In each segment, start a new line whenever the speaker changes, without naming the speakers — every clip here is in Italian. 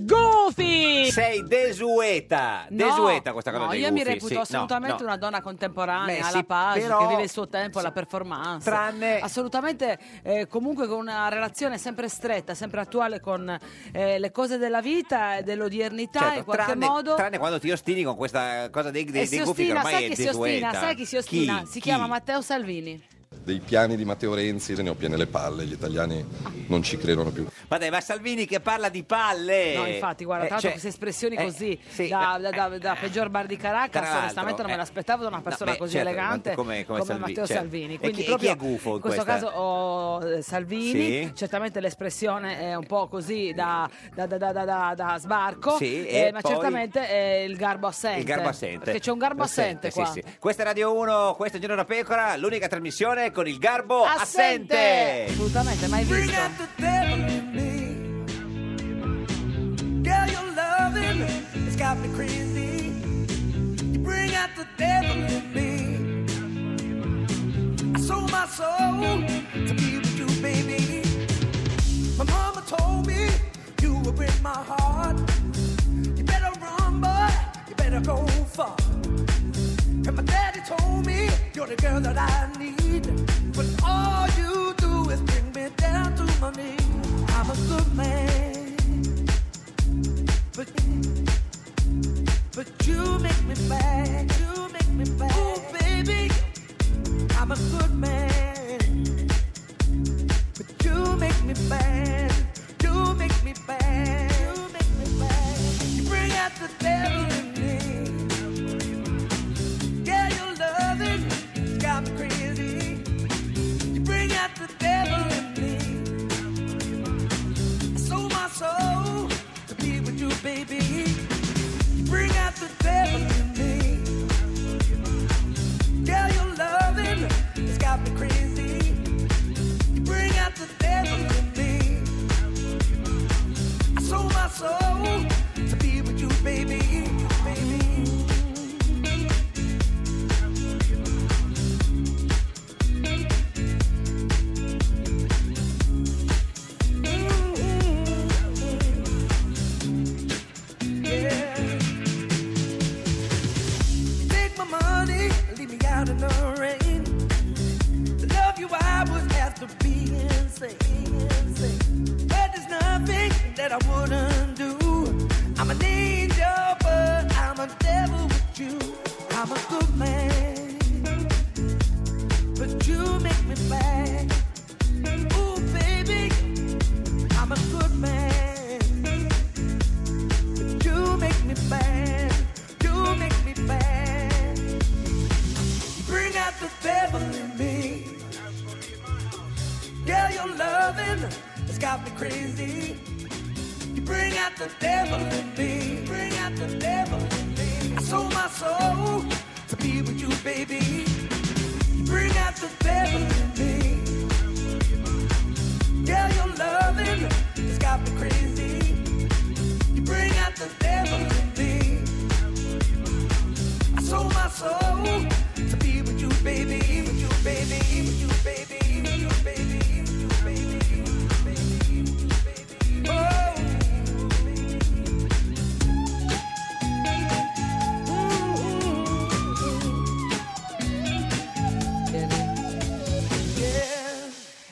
Goofy!
Sei desueta,
No,
desueta questa cosa
no,
dei
io mi
gufi,
reputo
sì, no,
assolutamente
no.
una donna contemporanea,
Beh, sì,
alla page, che
però-
vive il suo tempo, la performance.
Tranne-
Assolutamente, eh, comunque con una relazione sempre stretta, sempre attuale con eh, le cose della vita e dell'odiernità
Certo,
in qualche
tranne,
modo. Eh,
tranne quando ti ostini con questa cosa dei, dei,
e si
dei gufi che
ostina,
ormai
sai
è
chi si
desueta.
ostina? Sai chi si ostina?
Chi?
Si chiama Matteo Salvini.
dei piani di Matteo Renzi se ne ho piene le palle, gli italiani non ci credono più.
Ma dai, ma Salvini che parla di palle.
No, infatti, guarda,
Eh,
tra l'altro
cioè,
queste espressioni
eh,
così
sì,
da,
ma-
da- da- da peggior bar di
Tra
Caracas,
l'altro,
onestamente non me
eh,
l'aspettavo da una persona
no, beh,
così
certo,
elegante
come- come Salvi-
Matteo
certo.
Salvini.
E
Quindi
chi- e
proprio
chi è gufo in
questo
questa?
caso ho eh, Salvini,
Sì.
certamente l'espressione è un po' così da, da- da- da- da- da- da sbarco,
Sì,
eh,
e
ma
poi?
certamente eh, il garbo assente.
Il garbo assente.
Perché c'è un garbo assente,
sì,
qua.
sì. Questa è Radio 1, questo è Giorno da Pecora, l'unica trasmissione con il garbo
Assente!
assente.
Assolutamente, mai visto.
the devil in me. Girl, your loving has got me crazy. You bring out the devil in me. I sold my soul to be with you, baby. My mama told me you were in my heart. You better run, boy. You better go far. And my daddy told me you're the girl that I need. But all you do is bring me down to my knees. I'm a good man. But, but you make me bad. You make me bad. Oh, baby. I'm a good man. But you make me bad. You make me bad. You make me bad. You bring out the devil in me. Yeah, your loving has got me crazy. You bring out the devil in me. I sold my soul to be with you, baby. You bring out the devil in me. Yeah, your loving has got me crazy. You bring out the devil in me. I sold my soul to be with you, baby, baby. Yeah. Take my money, leave me out in the rain. To love you, I would have to be insane. insane. But there's nothing that I wouldn't do. I'm an angel, but I'm a devil with you. I'm a good man, but you make me bad. Ooh, baby, I'm a good man. But you make me bad. You make me bad. You bring out the devil in me. Girl, your loving has got me crazy. You bring out the devil in me. You Bring out the devil in me. I sold my soul to be with you, baby. You bring out the devil in me. Yeah, your loving has got me crazy. You bring out the devil in me. I sold my soul to be with you, baby, with you, baby, with you, baby, with you, baby, with you, baby, with you, baby. Oh. Ooh. Yeah.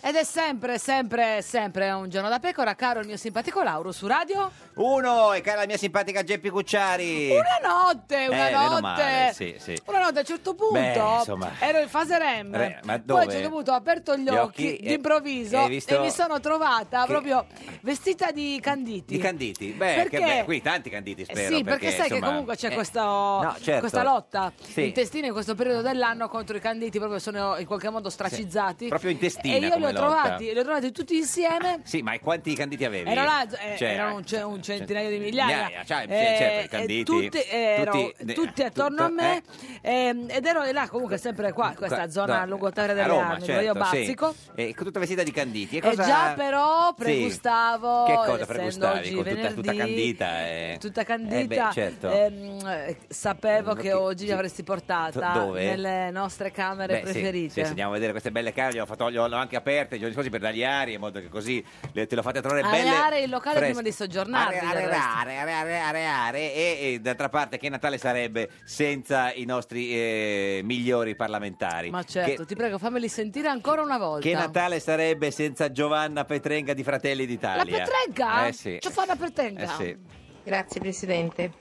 Ed è sempre, sempre, sempre un giorno da pecora, caro il mio simpatico Lauro su radio.
Uno, e cara la mia simpatica Geppi Cucciari.
Una notte, una
Eh, meno
notte.
male, sì, sì.
Una notte a un certo punto
Beh, insomma.
ero in fase REM.
Re- ma
Poi
dove?
a un certo punto ho aperto gli,
Gli
occhi,
occhi e-
d'improvviso
e
e,
hai visto
mi sono trovata
che-
proprio vestita di canditi.
Di Canditi, beh,
Perché-
che bello. qui tanti Canditi
Eh
spero.
sì, perché, sai che
insomma,
comunque c'è
eh,
questo-
no, certo.
questa lotta
Sì.
intestina in questo periodo dell'anno contro i canditi, proprio sono in qualche modo stracizzati.
Proprio intestina
E io li
come
ho
Pinotta.
trovati, li ho trovati tutti insieme.
Sì, ma e quanti canditi avevi?
Ero là, eh,
Cioè,
erano un, ce- un centinaio di migliaia,
migliaia, cioè,
Eh,
cioè,
e
canditi,
tutti, ero-
tutti-
tutti attorno a
tutto,
me, ehm, ed ero là comunque sempre qua, questa zona
no,
lungotevere
a
delle
Roma,
armi,
certo,
dove io
sì.
bazzico.
E con tutta vestita di canditi. E,
E
cosa-
già però
Sì.
pregustavo,
Che cosa
essendo
pregustavi?
oggi
Con tutta, tutta
venerdì,
candita. eh.
tutta
Eh
candita,
beh, certo. Mm,
ehm, eh, sapevo che oggi vi avresti portata
Dove?
nelle nostre camere
Beh, sì,
preferite.
sì, se andiamo a vedere queste belle camere, le ho, fatto- le ho anche aperte i giorni scorsi per dargli aria, in modo che così le- te le ho fatte trovare belle.
Areare il locale
fresche.
prima di soggiornarvi. del resto.
Areare, areare, areare e, e d'altra parte che Natale sarebbe senza i nostri eh, migliori parlamentari?
Ma certo,
Che-
ti prego, fammeli sentire ancora una volta.
Che Natale sarebbe senza Giovanna Petrenga di Fratelli
La
d'Italia?
petrenga?
Eh sì.
Ci fa una petrenga?
Eh sì.
Grazie Presidente.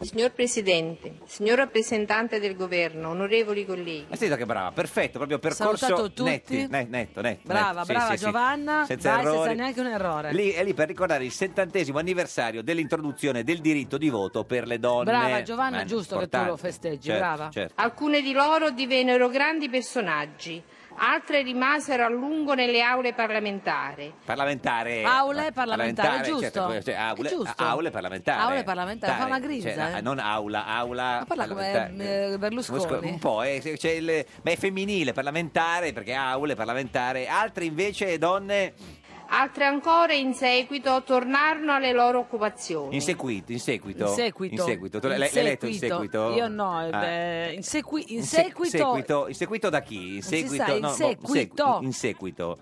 Signor Presidente, signor rappresentante del governo, onorevoli colleghi,
Ma senti che brava, perfetto, proprio percorso
Salutato tutti.
netti, ne- netto, netto,
Brava,
netto, sì,
brava
sì, sì.
Giovanna.
Senza
Vai,
errori.
senza neanche un errore.
Lì, è lì per ricordare il settantesimo anniversario dell'introduzione del diritto di voto per le donne.
Brava Giovanna,
Ma è
giusto che tu
importante.
lo festeggi,
Certo,
brava.
certo.
alcune di loro divennero grandi personaggi, altre rimasero a lungo nelle aule parlamentari.
Parlamentare.
Aule
Ma-
parlamentare, giusto?
certo, cioè, aule,
È giusto.
aule parlamentare.
Aule parlamentare, fa una grinza,
Cioè,
eh.
non aula, aula.
Ma parla come,
parlamentare.
eh, Berlusconi.
Un po', eh, se- c'è il- ma è femminile parlamentare perché aule parlamentare. Altre invece donne
Altre ancora in seguito tornarono alle loro occupazioni.
in seguito. In seguito.
In seguito.
In seguito. Tu l'hai- l'hai letto in seguito?
Io no, eh,
Ah.
beh, in, sequi- in
In se-
seguito...
seguito- in seguito da chi?
si
In
sa,
seguito,
in
no, boh, in
seguito.
segu- in seguito.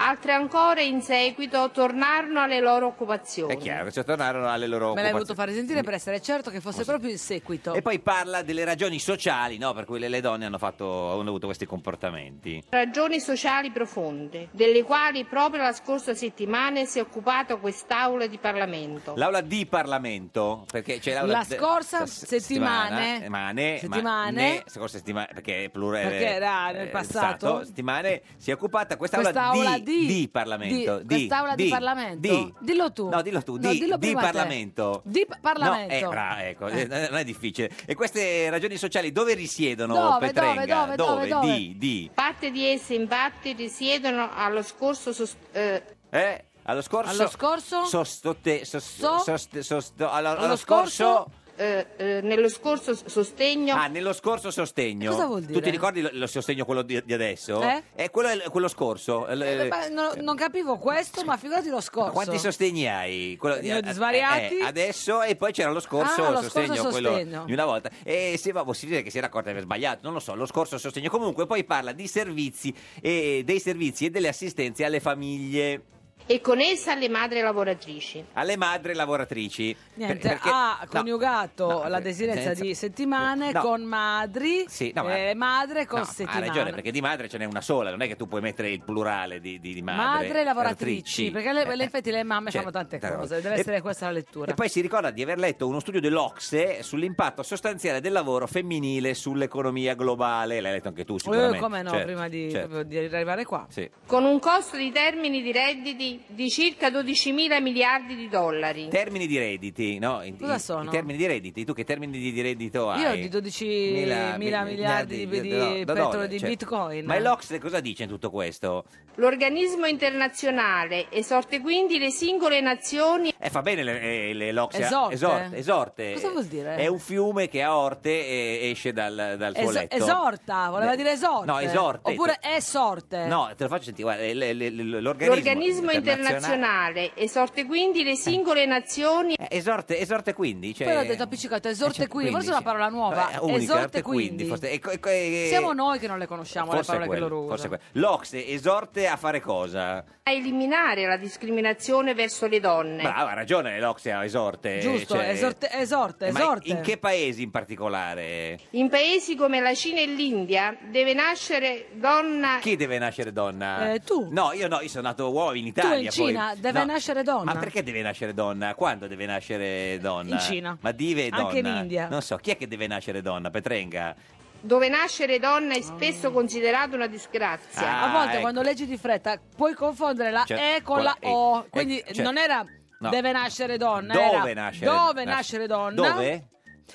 Altre ancora in seguito tornarono alle loro occupazioni.
È chiaro, cioè tornarono alle loro
Me l'hai
occupazioni.
voluto fare sentire per essere certo che fosse proprio in seguito.
E poi parla delle ragioni sociali no, per cui le, le donne hanno, fatto, hanno avuto questi comportamenti.
Ragioni sociali profonde, delle quali proprio la scorsa settimana si è occupato quest'Aula di Parlamento.
L'aula di Parlamento, perché c'è l'aula
La eh,
de-
scorsa
la
settimane-
settimana, ma ne- ma
settimane-
ne- scorsa settimana, perché è plurale.
Perché era nel
eh,
passato.
esatto, settimane si è occupata quest'aula,
Quest'aula
di,
di-
di Parlamento.
di- quest'aula di Parlamento?
di-
Dillo tu.
No, dillo tu.
No,
di,
dillo
di
prima te.
Parlamento.
Di pa- Parlamento.
No, eh, bra- ecco, eh, non è difficile. E queste ragioni sociali dove risiedono,
Dove, dove,
Petrenga?
dove, dove, dove?
Di, di.
Parte di esse infatti risiedono allo scorso sos- eh,
Eh? Allo scorso...
Allo scorso?
Sostote... sost-
So-
sost- sost- allo,
Allo
allo
scorso?
scorso...
eh, eh, nello scorso s- sostegno
Ah, nello scorso sostegno.
Cosa vuol dire?
Tu ti ricordi lo, lo sostegno quello di, di adesso?
Eh?
quello, è- quello scorso. L-
Eh, beh, no- non capivo questo, ma figurati lo scorso.
Quanti sostegni hai? Quello
Ne ho svariati.
eh, adesso e poi c'era lo scorso
Ah, lo
sostegno,
scorso
quello
sostegno.
di una volta. E se va, si dice che si era accorta di aver sbagliato, non lo so, lo scorso sostegno. Comunque poi parla di servizi e dei servizi e delle assistenze alle famiglie,
e con essa alle madri lavoratrici.
alle madri lavoratrici.
Niente,
Per- perché-
ha
no,
coniugato
no,
la
per-
desidenza
senza-
di settimane
no.
con madri
Sì, no, ma-
e Eh, madre con
No, ma
settimane.
Ha ragione, perché di madre ce n'è una sola, non è che tu puoi mettere il plurale di, di, di madre.
Madre lavoratrici,
lavoratrici.
perché le, le-
Eh,
infatti le mamme
cioè,
fanno tante
tante
cose,
cose.
deve
E-
essere questa la lettura.
E poi si ricorda di aver letto uno studio dell'Ocse sull'impatto sostanziale del lavoro femminile sull'economia globale. L'hai letto anche tu, sicuramente.
Eh, come no,
Certo,
prima di,
certo.
proprio di arrivare qua.
Sì.
Con un costo di termini di redditi di circa 12 mila miliardi di dollari.
Termini di redditi, no? I-
Cosa
i-
sono?
I termini di redditi, tu che termini di, di reddito hai?
Io di 12 mila, miliardi di, di
no, da
petrolio
dollari,
di
certo.
bitcoin.
Ma l'Ocse cosa dice in tutto questo?
L'organismo internazionale esorte quindi le singole nazioni
Eh, fa bene le, eh, le l'Oxia.
Esorte?
esorte. esorte.
Cosa vuol dire?
Eh, È un fiume che a orte eh, esce dal, dal suo
Es-
letto.
esorta, voleva
Eh,
dire esorte.
No, esorte.
Oppure è sorte.
No, te lo faccio sentire. guarda, le- le- le- l'organismo,
l'organismo internazionale esorte quindi le singole nazioni
Eh, Esorte, esorte quindi. Cioè...
Poi l'ho detto appiccicato, esorte
Eh, cioè,
quindi, forse è
sì.
una parola nuova.
Vabbè, unica,
esorte
esorte
quindi.
forse- e co- e co- e-
Siamo noi che non le conosciamo le
eh. forse
parole
quello,
che loro
forse
usano.
quello. L'Ocse esorte a fare cosa?
a eliminare la discriminazione verso le donne.
Brava, ha ragione l'Ocse a esorte.
Giusto,
cioè-
esorte, esorte,
Eh, ma in-
esorte.
in che paesi in particolare?
In paesi come la Cina e l'India deve nascere donna
Chi deve nascere donna?
Ah. Eh, tu.
No, io no, io sono nato uomo in Italia.
in
poi.
Cina, deve nascere donna.
Ma perché deve nascere donna? Quando deve nascere donna?
In Cina.
Ma dive donna.
Anche in India.
Non so, chi è che deve nascere donna? Petrenga.
Dove nascere donna è spesso considerata una disgrazia.
Ah,
A volte
ecco.
quando leggi di fretta puoi confondere la
Cioè,
E con la
con la E.
O.
E,
Quindi
cioè,
non era
no.
deve nascere donna,
Dove
era
nascere
dove
nas-
nascere donna.
Dove?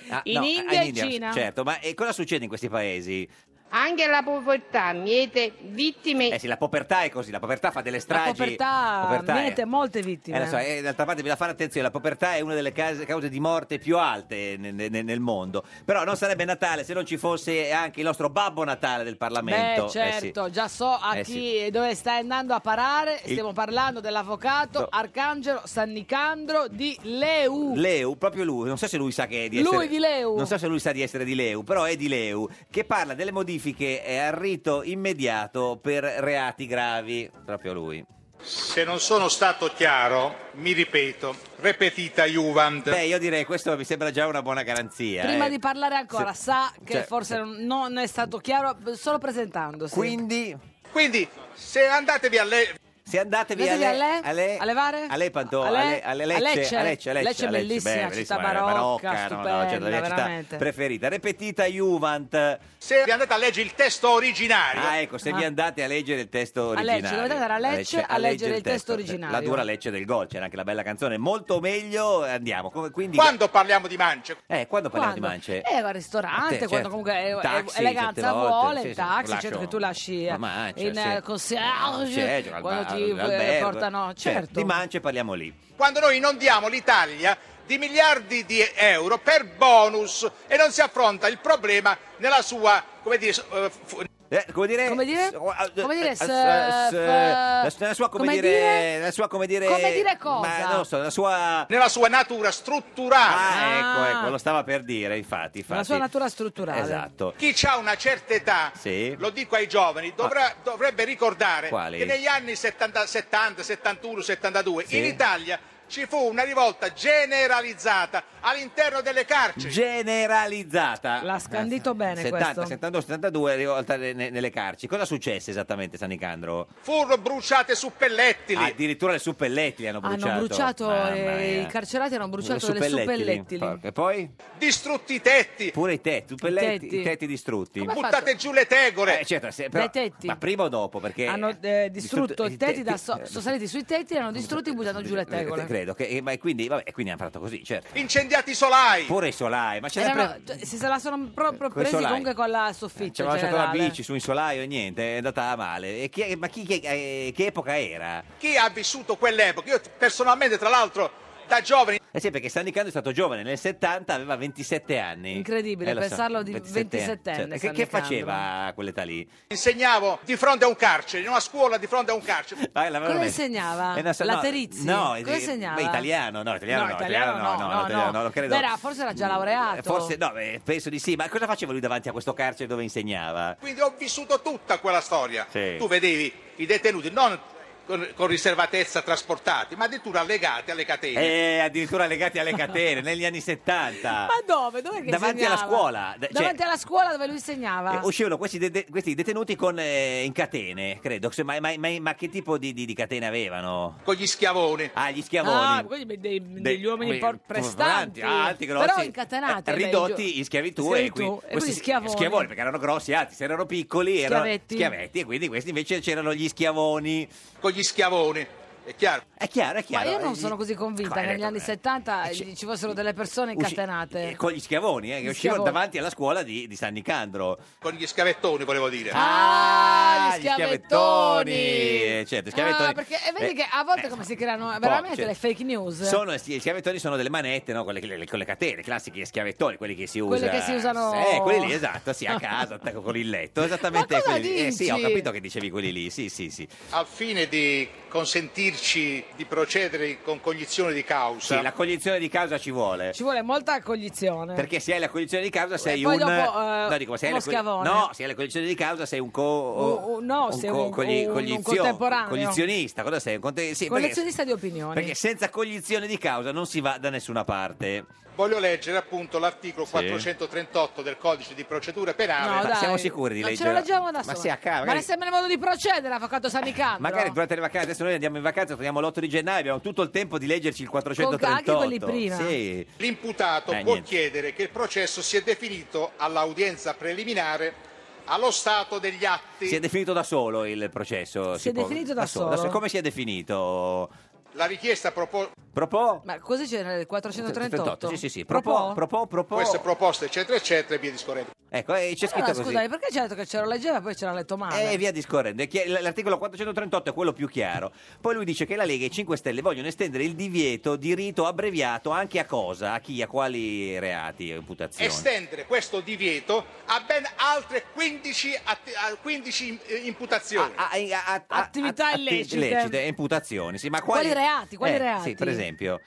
Ah,
In
no,
India
ah,
e Cina.
eh, Certo, ma e cosa succede in questi paesi?
Anche la povertà miete vittime
Eh sì, la povertà è così, la povertà fa delle stragi.
La povertà,
Povertà è-
miete molte vittime.
Eh, lo so, eh, d'altra parte bisogna fare attenzione, la povertà è una delle case- cause di morte più alte ne- ne- nel, mondo. Però non sarebbe Natale se non ci fosse anche il nostro Babbo Natale del Parlamento.
Beh,
Eh sì.
certo, già so a
Eh,
chi
sì.
dove stai andando a parare.
Il-
Stiamo parlando dell'avvocato
No.
Arcangelo San Nicandro di Leu.
Leu, proprio lui, non so se lui sa che è di
Lui
essere...
di Leu.
Non so se lui sa di essere di Leu, però è di Leu, che parla delle modifiche eh, al rito immediato per reati gravi. Proprio lui.
Se non sono stato chiaro, mi ripeto, repetita Juvent.
Beh, io direi questo mi sembra già una buona garanzia.
Prima
eh.
di parlare ancora,
Se-
sa che
cioè-
forse non è stato chiaro, solo presentandosi.
Quindi,
Quindi, se andatevi a le...
se andatevi a
Andatevi
lei,
a lei?
a lei,
A levare?
a lei Pantò,
A
a
lei?
lei, a lei
A
Lecce,
Lecce?
a Lecce, a Lecce,
Lecce è
a
bellissima,
beh,
città
beh,
barocca,
no, no, certo,
stupenda,
la mia
veramente.
città preferita. Repetita Juvent.
Se vi andate a leggere il testo originario.
Ah, ecco, se
Ah.
vi andate a leggere il testo
Lecce,
originario.
dovete andare a Lecce a leggere il testo originario.
La dura Lecce del gol, c'era anche la bella canzone, molto meglio, eh, andiamo. Come- Quindi
Quando parliamo di mance,
eh, quando parliamo
Quando?
di mance?
Eh, al ristorante,
A te,
quando
certo.
comunque eh,
In taxi,
eh, eleganza
certe volte,
vuole,
sì,
il
sì,
taxi,
lascio-
certo che tu lasci eh,
la mancia,
in
cioè, sì. cioè,
eh, concierge,
Concierge, al-
quando ti eh,
all'albergo.
portano, certo.
Di mance parliamo lì.
quando noi inondiamo l'Italia di miliardi di euro per bonus e non si affronta il problema nella sua, come dire, eh, fu-
Eh, come dire? ah, eh,
Come dire?
S- o- a-
Come dire,
a-
s-
s- s-
f-
eh, la s- nella sua come,
come
dire,
dire?
nella sua come dire
Come dire cosa?
Ma non lo so, nella sua
nella sua natura strutturale.
Ah,
Ah.
ecco, ecco, lo stava per dire, infatti, infatti.
La sua natura strutturale.
Esatto.
Chi ha una certa età,
Sì. Ah,
lo dico ai giovani, dovrà- dovrebbe ricordare
Quali?
che negli anni 70, 70, 71, 72
Sì.
in Italia ci fu una rivolta generalizzata all'interno delle carceri.
Generalizzata.
L'ha scandito bene
70,
questo.
72, 72 rivolta ne- ne- nelle carci. Cosa successe esattamente San Nicandro?
Furono bruciate su pellettili.
Addirittura le suppellettili hanno bruciato.
Hanno bruciato,
Mamma
eh,
mia.
i carcerati hanno bruciato
Le
delle suppellettili.
porca. E poi?
distrutti i tetti,
Pure i tetti, suppelletti-
tetti.
i tetti distrutti.
Come
buttate
fatto?
giù le tegole.
Eh, certo, se- però-
Dai tetti.
Ma prima o dopo? Perché
hanno eh, distrutto i tetti, da so-
eh,
sono saliti sui tetti e hanno distrutti buttando giù le
eh,
tegole.
Credo che, eh, ma e quindi, vabbè, e quindi hanno fatto così, certo.
incendiati i solai.
Pure i solai, ma c'è Eh,
Erano- Eh, cioè, se se la sono proprio
Coi
presi
solai.
comunque con la
Ci
soffitta. in
avevano lasciato Eh, la
generale.
bici su un solaio e niente, è andata male. E chi è- ma chi, che, eh, che epoca era?
Chi ha vissuto quell'epoca? Io personalmente, tra l'altro, da giovane
Eh sì, perché San Nicandro è stato giovane, nel 70 aveva 27 anni. Eh,
Incredibile,
lo so,
pensarlo di 27enne,
certo. E
San
Che, che
Nicandro.
faceva a quell'età lì?
insegnavo di fronte a un carcere, in una scuola di fronte a un carcere.
Ah, l'avevano
Cosa
messo.
insegnava?
Eh, no, so-
La
no,
Terizzi?
No,
Cosa
eh,
insegnava?
beh, italiano, no, italiano no, italiano no, no, italiano no, lo credo.
Beh, era- forse era già laureato.
Eh, Forse no, eh, penso di sì, ma cosa faceva lui davanti a questo carcere dove insegnava?
Quindi ho vissuto tutta quella storia.
Sì.
Tu vedevi i detenuti non con, con riservatezza trasportati, ma addirittura legati alle catene.
Eh, addirittura legati alle catene negli anni 70.
Ma dove? Dove che
Ah. Davanti
insegnava?
alla scuola, da- cioè-
Davanti alla scuola dove lui insegnava.
Eh, uscivano questi, de- questi detenuti con, eh, in catene, credo. Se- Ma, ma- ma- ma che tipo di, di- di catene avevano?
Con gli schiavoni.
Ah, gli schiavoni.
Ah, quelli dei- degli
Dei-
uomini
beh,
por- prestanti,
alti, grossi,
però incatenati,
eh,
beh,
ridotti
gli-
in schiavitù, e,
schiavitù,
quindi,
e
questi
questi schiavoni.
perché erano grossi, alti, se erano piccoli erano
Schiavetti.
schiavetti e quindi questi invece c'erano gli schiavoni.
Con gli schiavoni. È chiaro.
È chiaro, è
Ma
chiaro.
io non
Gli-
sono così convinta
Qua,
che
eh,
negli anni
eh,
70
eh,
ci fossero delle persone
usci-
incatenate.
eh, con gli schiavoni, eh, che
Gli
uscivano
schiavoni.
davanti alla scuola di, di San Nicandro.
Con gli schiavettoni, volevo dire.
Ah, gli
Ah, gli
schiavettoni!
schiavettoni. Eh, certo, schiavettoni.
Ah, perché eh, vedi
Eh,
che a volte
eh,
come si creano
un po',
veramente
certo.
le fake news.
Sono, sì, gli schiavettoni sono delle manette no? con, le, le- con le catene, i classici schiavettoni, quelli che si usano.
Quelli che si usano-
Eh, quelli lì, esatto, sì, a casa, attacco con il letto. Esattamente
Ma cosa
quelli lì. Eh, sì, ho
dici?
capito che dicevi quelli lì, sì, sì, sì.
Al fine di consentirci di procedere con cognizione di causa.
Sì, la cognizione di causa ci vuole.
Ci vuole molta accoglizione.
Perché se hai la cognizione di causa sei
poi
un...
dopo, eh,
no, dico, ma se hai
uno
la co-
schiavone.
No, se hai la cognizione di causa sei un co...
Un- un- no, sei un- un- un contemporaneo.
Collezionista, cosa sei? Un conte- sì, perché-
Collezionista di opinioni.
Perché senza cognizione di causa non si va da nessuna parte.
Voglio leggere appunto l'articolo 438 del codice di procedura penale.
No,
Ma
dai.
siamo sicuri di
Non
leggerla?
Ce lo leggiamo da
Ma
solo.
sì, a caso,
Ma ne
magari-
sembra il modo di procedere, avvocato Sanicandro.
Magari durante le vacanze, adesso noi andiamo in vacanza, torniamo l'8 di gennaio, abbiamo tutto il tempo di leggerci il 438.
Con- anche quelli prima.
Sì.
L'imputato
Eh,
può
niente.
chiedere che il processo sia definito all'audienza preliminare allo stato degli atti.
Si è definito da solo il processo.
Si è
può-
definito da solo.
Come si è definito?
La richiesta propo-
Propò.
Ma cosa c'era nel 438?
Sì, sì, sì. Propò, propò, propò.
Queste proposte, eccetera, eccetera, e via discorrendo.
Ecco, e c'è scritto
Allora, eh,
così.
scusami, perché c'è detto che ce lo leggeva e poi ce l'ha letto male?
E via discorrendo. È chi- L'articolo 438 è quello più chiaro. Poi lui dice che la Lega e i 5 Stelle vogliono estendere il divieto di rito abbreviato anche a cosa? A chi? A quali reati o imputazioni?
Estendere questo divieto a ben altre 15, atti- a 15 im- eh, imputazioni.
Attività
Illecite. imputazioni, sì, ma quali,
Quali reati, quali
Eh,
reati?
Sì, per esempio,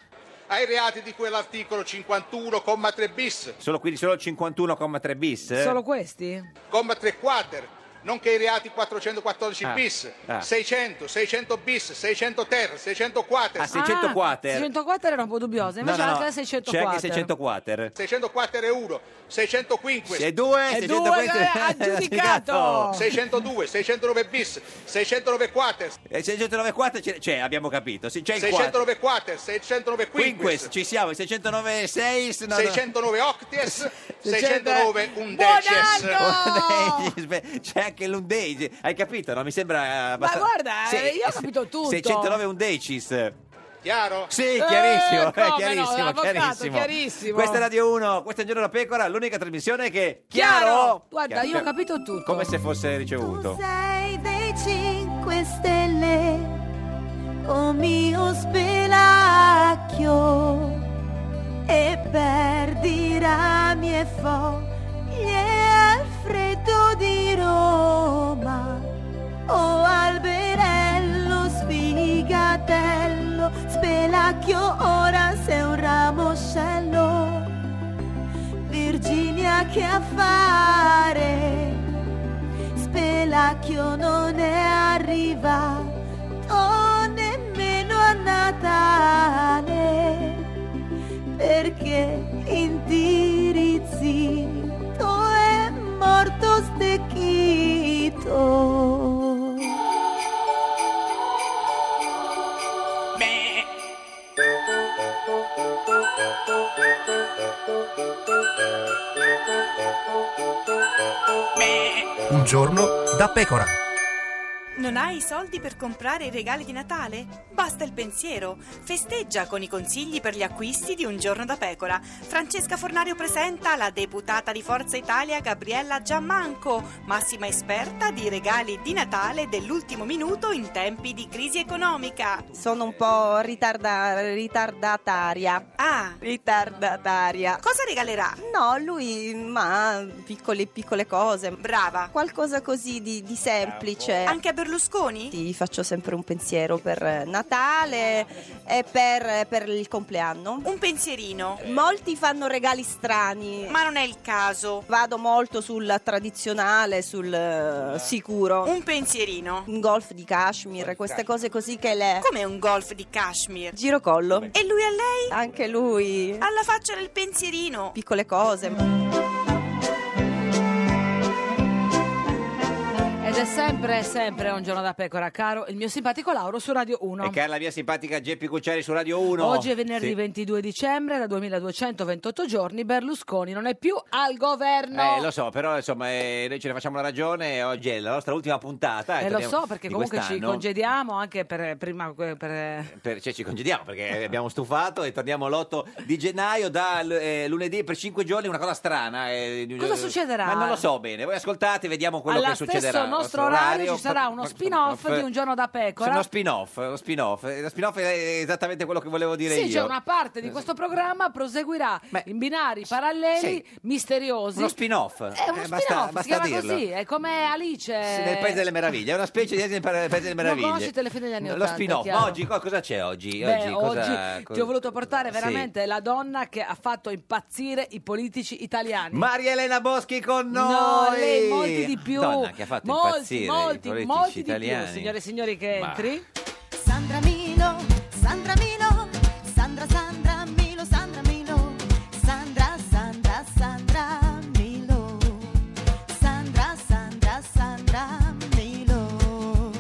Ai reati di quell'articolo 51, comma 3 bis,
solo, quindi solo il 51,3 bis? eh?
questi?
Comma 3 quater, nonché i reati 414
Ah,
bis,
ah.
600, 600 bis, 600 ter, 600 quater.
Ah, 600 quater.
604 era un po' dubbiosa, invece
No, no,
l'altra
no,
è 604.
C'è anche 604.
604 e 1, 605
E due, E 605. due, eh, aggiudicato.
602, 609 bis, 609 quater,
Eh, E 609 quater c'è, c'è, abbiamo capito. Sì, c'è il 4.
609 quater, 609 quinques,
Quinques, ci siamo, il 609 6, no, no.
609 octies, 609 undecies.
Beh, c'è anche l'undeci, hai capito? No? Mi sembra abbastanza...
guarda, eh, io ho
sì,
capito tutto.
609 undecis.
Chiaro?
Sì, chiarissimo,
Eh, come
eh,
no,
chiarissimo,
avvocato,
chiarissimo.
chiarissimo.
Questa è Radio 1, questa è Il Giorno della Pecora, l'unica trasmissione che...
Chiaro?
Chiaro!
Guarda,
Chiaro,
io ho
chiaro.
capito tutto.
Come se fosse ricevuto.
sei dei 5 stelle, oh mio spelacchio, e perdi rami e foglie al freddo di Roma, oh alberello sfigatello, spelacchio ora sei un ramoscello, Virginia che affare Spelacchio non è arrivato nemmeno a Natale perché indirizzito è morto stecchito.
Un giorno da pecora.
Non hai i soldi per comprare i regali di Natale? Basta il pensiero. Festeggia con i consigli per gli acquisti di Un giorno da pecora. Francesca Fornario presenta la deputata di Forza Italia Gabriella Giammanco, massima esperta di regali di Natale dell'ultimo minuto in tempi di crisi economica.
Sono un po' ritarda- ritardataria.
Ah!
Ritardataria.
Cosa regalerà?
No, lui, ma piccole piccole cose.
Brava.
Qualcosa così di, di semplice.
Anche a Berlusconi?
Ti faccio sempre un pensiero per eh, Natale e per, per il compleanno.
Un pensierino.
Molti fanno regali strani.
Ma non è il caso.
Vado molto sul tradizionale, sul eh, sicuro.
Un pensierino.
Un golf di cashmere, queste cose così che le...
Come un golf di cashmere?
Girocollo.
E lui a lei?
Anche lui.
Alla faccia del pensierino.
Piccole cose.
Ed è sempre, sempre un giorno da pecora, caro il mio simpatico Lauro su Radio 1.
E cara la mia simpatica Geppi Cucciari su Radio 1.
Oggi è venerdì
Sì.
22 dicembre, da 2228 giorni Berlusconi non è più al governo.
Eh, lo so, però insomma eh, noi ce ne facciamo una ragione. Oggi è la nostra ultima puntata.
Eh, lo
torniamo-
so perché
di
comunque ci
quest'anno.
congediamo anche per prima per- per-
Per- cioè, ci congediamo perché abbiamo stufato e torniamo l'8 di gennaio da l- eh, lunedì per 5 giorni. Una cosa strana. eh, di-
Cosa succederà?
Ma non lo so bene. Voi ascoltate, vediamo quello
alla
che succederà.
stesso
al
nostro orario ci sarà
Fa-
uno
fa-
spin-off
fa-
di un giorno da
C'è
pecora.
uno spin-off, uno spin-off. Eh, Lo spin-off è esattamente quello che volevo dire
Sì,
io.
c'è una parte di questo programma proseguirà in binari paralleli misteriosi.
Uno spin-off.
È uno
Eh,
spin-off,
basta,
si
basta
chiama
dirlo.
così, è come Alice.
Sì, Nel Paese delle Meraviglie, è una specie di Alice nel Paese delle Meraviglie.
conosci Telefilm degli anni
Lo
80,
spin-off,
chiaro.
ma oggi co- cosa c'è oggi?
Beh,
oggi, cosa-
oggi ti
cosa-
ho voluto portare
Sì.
veramente la donna che ha fatto impazzire i politici italiani.
Maria Elena Boschi con
No,
noi.
lei molti di più.
Donna che ha fatto
molti,
impazzire
molti,
i politici
molti di
italiani.
più, signore e signori che
Ma-
entri.
Sandra Milo, Sandra Milo, Sandra Sandra Milo, Sandra Milo, Sandra Sandra Sandra Milo, Sandra Sandra Sandra Milo.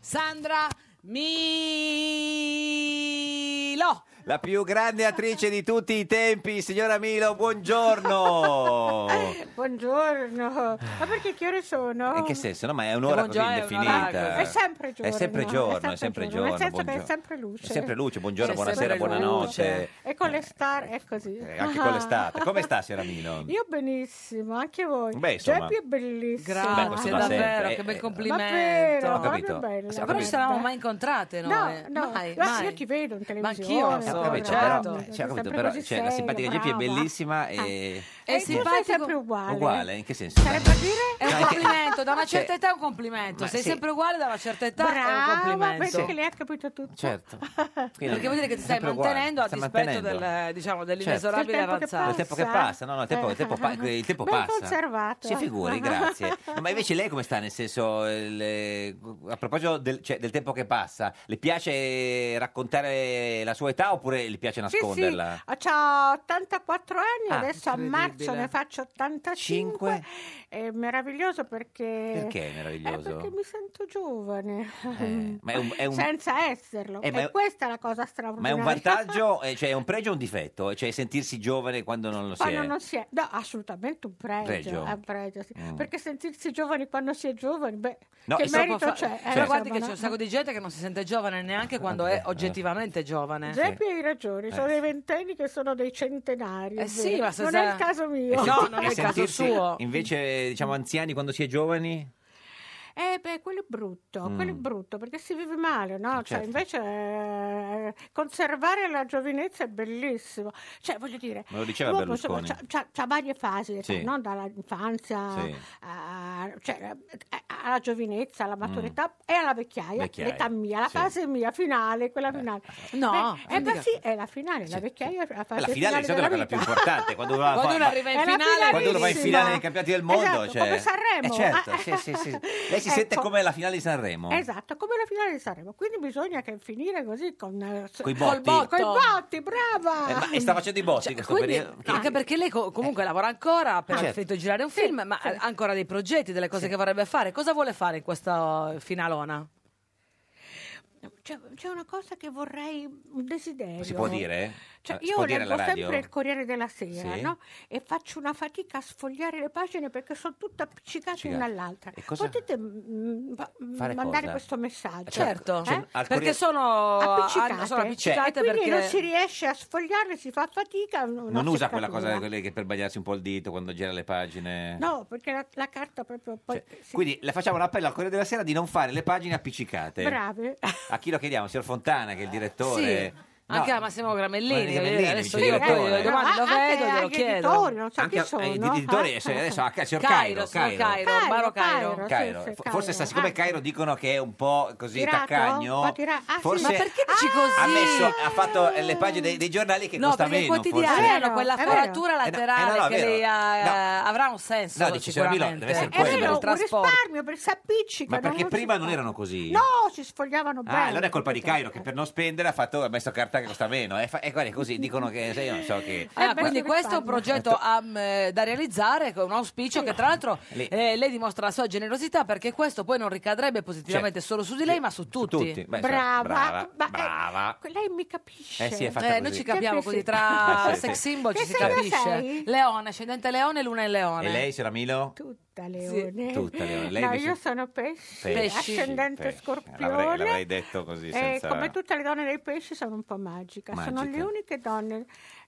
Sandra Milo.
La più grande attrice di tutti i tempi, signora Milo, buongiorno!
Buongiorno. Ma perché che ore sono?
In che senso? No, ma è un'ora
Eh,
così
buongiorno, è
indefinita.
un'ora. È sempre giorno.
È sempre giorno, è sempre giorno.
Nel senso che è
buongiorno.
sempre luce.
È sempre luce, buongiorno,
È
buonasera,
sempre
buonanotte.
luce. E con le star è così.
Eh, anche con l'estate. Come sta, signora Milo?
Io benissimo, anche voi.
Beh, insomma.
Geppi è bellissimo.
Beh, questo da
davvero,
sempre,
che
eh,
bel
eh,
complimento.
Davvero,
Ho capito.
proprio bello.
Sì, ho
Ma però non ci
capito.
saravamo mai incontrate noi.
No, no,
mai,
io-
mai.
io ti vedo in
Ma
televisione.
anch'io,
Eh, ho
insomma,
capito,
certo.
però, eh, cioè, ho capito,
sempre
però,
così
cioè, la
seria,
simpatica Geppi è
brava.
bellissima e...
È
E tu sei
simpatico.
sempre uguale.
Uguale, in che senso?
Eh, È un
Dai, che-
complimento, da una certa
Cioè-
età è un complimento.
Ma
Sei
sì.
sempre uguale da una certa età è un
Brava,
complimento.
vedi che lei ha capito tutto.
Certo. Quindi-
Perché vuol dire che ti stai
sempre uguale,
mantenendo a
stai
dispetto
mantenendo.
del, diciamo,
Certo.
dell'inesorabile avanzata.
Il tempo che passa, no, no, il tempo, il tempo pa-
Eh.
il tempo
Ben
passa.
conservato.
Si figuri, grazie. No, ma invece lei come sta? Nel senso, il- a proposito del, cioè, del tempo che passa, le piace raccontare la sua età oppure le piace
Sì, sì,
nasconderla?
ho 84 anni,
Ah,
adesso a marzo
incredibile.
ne faccio 85. È meraviglioso perché... Eh,
Perché è meraviglioso?
Perché mi sento giovane,
Eh, ma è un, è un-
senza esserlo.
Eh, ma
e
è-
questa è la cosa
ma è
straordinaria.
un vantaggio, eh, cioè è un pregio o un difetto? Cioè sentirsi giovane quando non lo si
Quando
è?
non si è, no, assolutamente un pregio,
Pregio.
è un pregio, sì.
Mm.
perché sentirsi giovani quando si è giovani, beh,
No,
che
e-
merito
Fa-
c'è? eh?
Cioè-
Però guardi che
insomma,
c'è un
no?
sacco di gente che non si sente giovane neanche quando è oggettivamente giovane.
Geppi hai ragione,
Eh,
sono
sì.
dei ventenni che sono dei centenari.
Eh
è
sì,
vero.
ma se
non
sa-
è il caso
E
mio.
senti- e sentirsi Invece, diciamo, anziani quando si è giovani?
Eh beh, quello è brutto, quello è
Mm.
brutto perché si vive male, no? Cioè,
Certo.
invece eh, conservare la giovinezza è bellissimo. Cioè, voglio dire,
Me lo diceva
l'uomo,
Berlusconi.
insomma, c'ha- c'ha, c'ha varie fasi,
Sì.
no? dall'infanzia
Sì.
a- cioè, eh, alla giovinezza, alla maturità e alla vecchiaia,
Mm. Vecchiaia,
l'età mia, la
sì. Eh.
fase mia finale, quella finale.
No,
Beh, eh,
mica.
beh, sì, è la finale, la vecchiaia è la fase
La finale di solito è
della
la cosa più
vita.
importante. Quando uno,
Quando
fa-
uno arriva in
È la
finale,
quando uno va in
finalissima.
finale nei campionati del mondo,
Esatto,
cioè-
come Sanremo.
Eh, certo, sì, sì, sì. Lei si sente
Ecco.
come la finale di Sanremo.
Esatto, come la finale di Sanremo. Quindi bisogna che finire così con eh,
Coi botti.
Coi botti, brava.
Eh, ma- e sta facendo i botti
cioè,
in questo
Quindi,
periodo.
anche perché lei co- comunque
eh.
lavora ancora, ha appena
Ah, certo.
finito di girare un film, ma ha ancora dei progetti, delle cose che vorrebbe fare. Cosa vuole fare in questa eh, finalona?
C'è, Cioè, c'è una cosa che vorrei, un desiderio.
Si può dire?
Cioè,
Eh, si
io
può dire alla
leggo
radio?
sempre il Corriere della Sera
Sì.
no? e faccio una fatica a sfogliare le pagine perché sono tutte appiccicate
Appiccicate.
l'una all'altra.
E cosa-
Potete mm, fa- mm, mandare
Fare cosa? Cioè,
questo messaggio?
Certo,
Eh?
al
perché
Corriere- Cioè,
sono
appiccicate.
hanno- sono
e
appiccicate
quindi
perché
non si riesce a sfogliarle, si fa fatica. una
Non usa quella
seccatura.
cosa quelle che per bagliarsi un po' il dito quando gira le pagine.
No, perché la, la carta proprio poi... sì.
Cioè, Quindi le facciamo un appello al Corriere della Sera di non fare le pagine appiccicate.
Brave.
A chi lo chiediamo? Signor Fontana, che è il direttore.
Sì. Anche
No,
a Massimo Gramellini,
Gramellini,
voglio dire, adesso
vice
io poi
direttore.
domani lo
Ah, anche-
vedo, glielo
anche gli
chiedo.
editori, non so
Anche
chi sono. Ah,
eh, i direttori adesso, adesso a Cairo, Cairo,
sono Cairo, Baro Cairo.
Cairo,
Cairo.
sì, sì,
Fo-
Cairo.
Forse sa, siccome Cairo dicono che è un po' così
Tirato? Un
taccagno,
po' tira- ah, sì.
forse
Ma perché
dici
ha,
così?
messo, ha fatto eh, le pagine dei, dei giornali che
No,
costa
perché i
meno.
quotidiani
forse.
hanno quella
È vero.
foratura
Eh, no, eh, no,
laterale
no, è
che
vero.
lei ha- avrà un senso
No, dice, signora Milò, deve essere
sicuramente.
È
quello.
vero, Eh, un
trasporto.
risparmio per si appiccicano,
Ma perché
non si
prima
fa.
non erano così?
No, cioè. si sfogliavano bene.
Ah, allora è colpa di Cairo che per non spendere ha, fatto, ha messo carta che costa meno. E, fa- e guarda, così dicono che sai, io non so che.
Ah,
Eh, beh,
quindi
si
questo è un
risparmia.
progetto am, eh, da realizzare con un auspicio che tra l'altro
Certo. Lì.
eh, lei dimostra la sua generosità perché questo poi non ricadrebbe positivamente solo su di lei ma su tutti.
Certo. tutti. Beh, cioè, certo.
Brava,
brava,
ma- eh,
brava.
Lei mi capisce.
Eh sì, è fatta
Eh, noi
così. Eh,
ci capiamo
Sempre
così
sì.
tra
Sì, sì.
sex symbol ci
Che
si
segno
capisce.
sei?
Leone, ascendente leone, luna in leone.
E lei, signora Milo?
Tutta leone.
Tutta leone. Lei
eh, no,
invece-
io sono pesci,
Pesci.
ascendente
Pesci.
scorpione.
L'avrei, l'avrei detto così,
E
senza...
eh, come tutte le donne dei pesci sono un po' magica. Sono
Magiche.
le uniche donne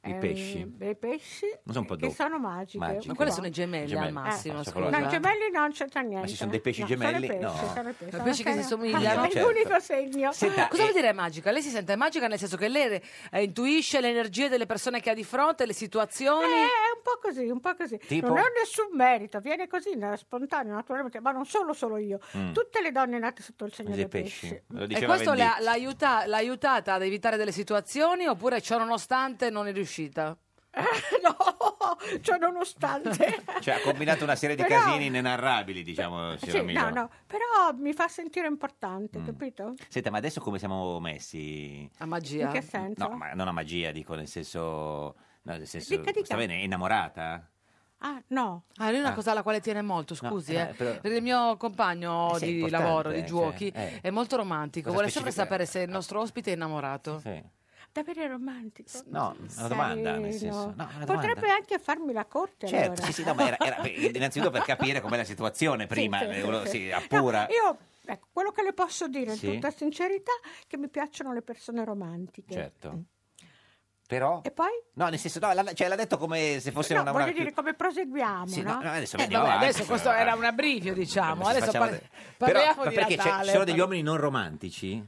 I
ehm,
pesci.
dei pesci
Non sono un po'
che
dopo.
sono magiche.
Magiche.
Ma quelle
un po'.
sono i gemelli
Gemelli.
al massimo,
Ah,
scusa.
No, i gemelli non c'entra niente.
ci sono dei pesci
No, Sono i
gemelli?
pesci,
No.
sono i pesci.
Ma pesci che si
sono-
somigliano.
È
Certo.
Ah, l'unico segno.
Senta,
Cosa
e-
vuol dire magica? Lei si sente magica nel senso che lei eh, intuisce le energie delle persone che ha di fronte, le situazioni.
Eh, è un po' così, un po' così.
Tipo?
Non ho nessun merito, viene così, na- spontaneo, naturalmente, ma non solo solo io.
Mm.
Tutte le donne nate sotto il segno
Dei
dei
pesci.
pesci.
Lo
E
diceva
questo le ha-
Venditti.
l'ha, aiuta- l'ha aiutata ad evitare delle situazioni oppure ciò nonostante non è riuscita?
no, ciò nonostante.
Cioè, ha combinato una serie di
Però-
casini inenarrabili, diciamo, signora
Sì,
Milo.
no, no, però mi fa sentire importante,
Mm.
capito?
Senta, ma adesso come siamo messi?
A magia.
In che senso?
No, ma non a magia, dico, nel senso... no, nel senso
Dica, dica.
Sta bene, è innamorata?
Ah, no.
Ah, lui è una
Ah.
cosa alla quale tiene molto, scusi.
eh,
eh.
no, però-
Perché il mio compagno
Eh sì, è
di
importante,
lavoro, di
cioè,
giochi,
eh.
è molto romantico.
Cosa
Vuole sempre
specifica-
sapere se il nostro ospite è innamorato.
Sì.
Davvero romantico?
No, una domanda, nel
Sereno.
senso- no, una
Potrebbe
domanda.
anche farmi la corte
Certo,
allora.
sì, sì, no, ma era, era per- innanzitutto per capire com'è la situazione prima,
Sì, sì,
eh, uno
sì,
si
sì.
appura.
No, io, ecco, quello che le posso dire
Sì.
in tutta sincerità è che mi piacciono le persone romantiche.
Certo. Però...
E poi?
No, nel senso, no, l'ha, cioè, l'ha detto come se fosse
No,
una...
voglio
una-
dire come proseguiamo,
Sì,
no?
no, no, adesso
Eh,
vediamo
vabbè,
avanti,
adesso questo
però-
era un abbrivio, diciamo. Adesso
Facciamo-
par-
Però-
parliamo
ma
di
perché c'è-
Natale.
ci sono degli uomini non romantici?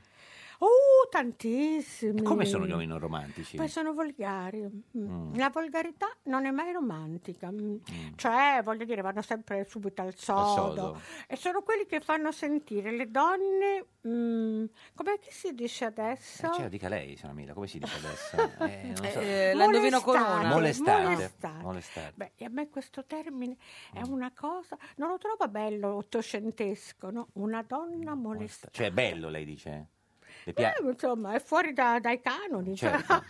Uh, tantissimi.
Come sono gli uomini non romantici?
Mm. Poi sono volgari. Mm.
Mm.
La volgarità non è mai romantica. Mm. Cioè, voglio dire, vanno sempre subito al sodo.
sodo.
E sono quelli che fanno sentire le donne... mm, com'è che si dice adesso?
Eh, cioè, lo dica lei, signora Mila, come si dice adesso? Eh, non so.
Eh, la indovino con una.
Molestate.
Molestate.
Molestate.
Beh, e a me questo termine è
Mm.
una cosa... Non lo trovo bello ottocentesco, no? Una donna molestata.
Cioè, è bello, lei dice? Le pia- Eh,
Eh, insomma, è fuori da- dai canoni. cioè.
Certo.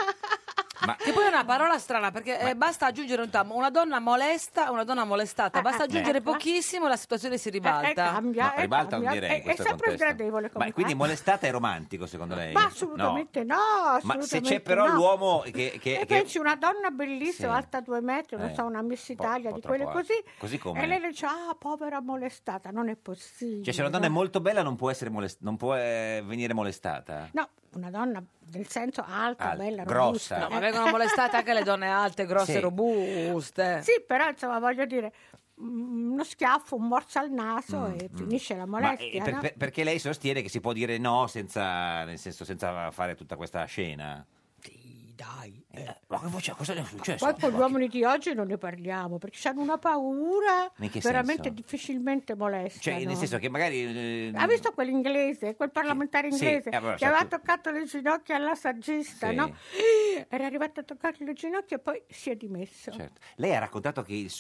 Che poi è una parola strana perché eh, basta aggiungere un tammo, una donna molesta, una donna molestata, basta aggiungere pochissimo e la situazione si ribalta.
ecco. Eh, eh, cambia,
No,
eh,
ribalta non
cambia.
direi
È-
in questo
È sempre
contesto.
sgradevole eh. come
Ma quindi
fa.
molestata è romantico, secondo lei?
Ma assolutamente no,
Ma se
assolutamente
c'è però
no.
l'uomo che... che-
E
che-
pensi una donna bellissima,
Sì.
alta due metri, non
Eh,
so, una Miss Italia,
po'
di quelle
troppo
così,
alta. Così come?
e lei dice, ah, povera molestata, non è possibile.
Cioè, se una donna è
no?
molto bella non può, essere molest- non può eh, venire molestata?
No, una donna nel senso alta,
Al-
bella,
grossa.
robusta.
No,
ma vengono molestate anche le donne alte, grosse,
Sì.
robuste.
Sì, però insomma, voglio dire, mm, uno schiaffo, un morso al naso e finisce la
Mm, Ma,
molestia,
eh, per-
no?
per- perché lei sostiene che si può dire no senza, nel senso, senza fare tutta questa scena? Cioè,
Dai.
Eh, ma che voce- cosa le è successo?
Poi con gli uomini di oggi non ne parliamo perché hanno una paura
Ma in che
veramente
senso?
difficilmente molesta.
Cioè, nel senso che magari... eh,
Ha visto quell'inglese, quel parlamentare
Sì,
inglese
eh, allora,
che
sa
aveva
tu-
toccato le ginocchia alla saggista,
Sì.
no? Era arrivato a toccare le ginocchia e poi si è dimesso.
Certo. Lei ha raccontato che il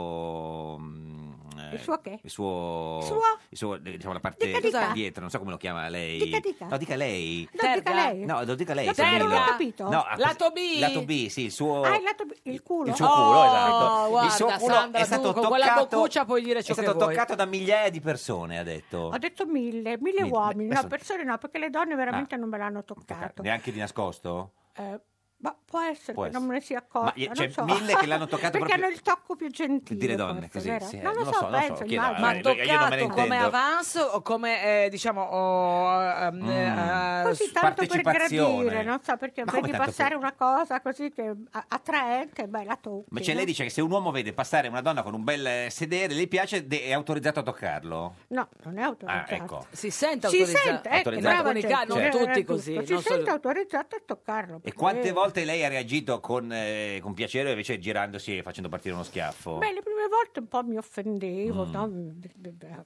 suo... mm, eh,
Il suo che?
Il suo...
Suo?
il suo, eh, diciamo, la parte
Dica, dica.
dietro, non so come lo chiama lei.
Dica, dica.
No, dica lei.
No, dica lei.
No, lo dica lei.
No,
signor
perché non
Milo.
l'ho capito.
No, ha-
Lato B?
Lato B, sì, il suo...
Ah, il, lato B- il culo.
Il suo culo, esatto.
Oh, guarda,
il suo culo
Sandra,
è
tu
stato
con
toccato,
quella boccuccia puoi dire ciò
è stato
che vuoi.
toccato da migliaia di persone, ha detto.
Ho detto mille, mille
Mi-
uomini, no,
adesso-
persone no, perché le donne
Ah,
veramente non me l'hanno toccato.
Neanche di nascosto?
Eh, ma può essere
Può
che non
essere.
me ne sia accorta.
Ma gli-
non
cioè,
so.
mille che l'hanno toccato
perché
proprio-
hanno il tocco più gentile.
Dire donne,
forse,
così,
vero?
sì, eh,
non lo so,
non lo so,
penso,
chiedo,
immagino.
Ma
Eh, perché io non me ne
toccato come
intendo.
avance o come, eh, diciamo, o, ehm,
Mm.
eh,
Così
s-
tanto per
partecipazione.
gradire, non so perché
Ma come
vedi
tanto
passare
per-
una cosa così che a- attraente, beh, la tocchi.
Ma cioè,
no?
lei dice che se un uomo vede passare una donna con un bel eh, sedere, le piace, de- è autorizzato a toccarlo?
No, non è autorizzato.
Ah, ecco.
Si sente
Si
autorizzato.
sente, ecco,
Autorizzato.
brava
Certo.
Certo.
Comunica-
gente,
non
era
tutti
tutto.
così,
Si
non
sente
solo-
autorizzato a toccarlo.
E quante
Eh.
volte lei ha reagito con, eh, con piacere o invece girandosi e facendo partire uno schiaffo?
Beh, le prime volte un po' mi offendevo,
Mm.
no?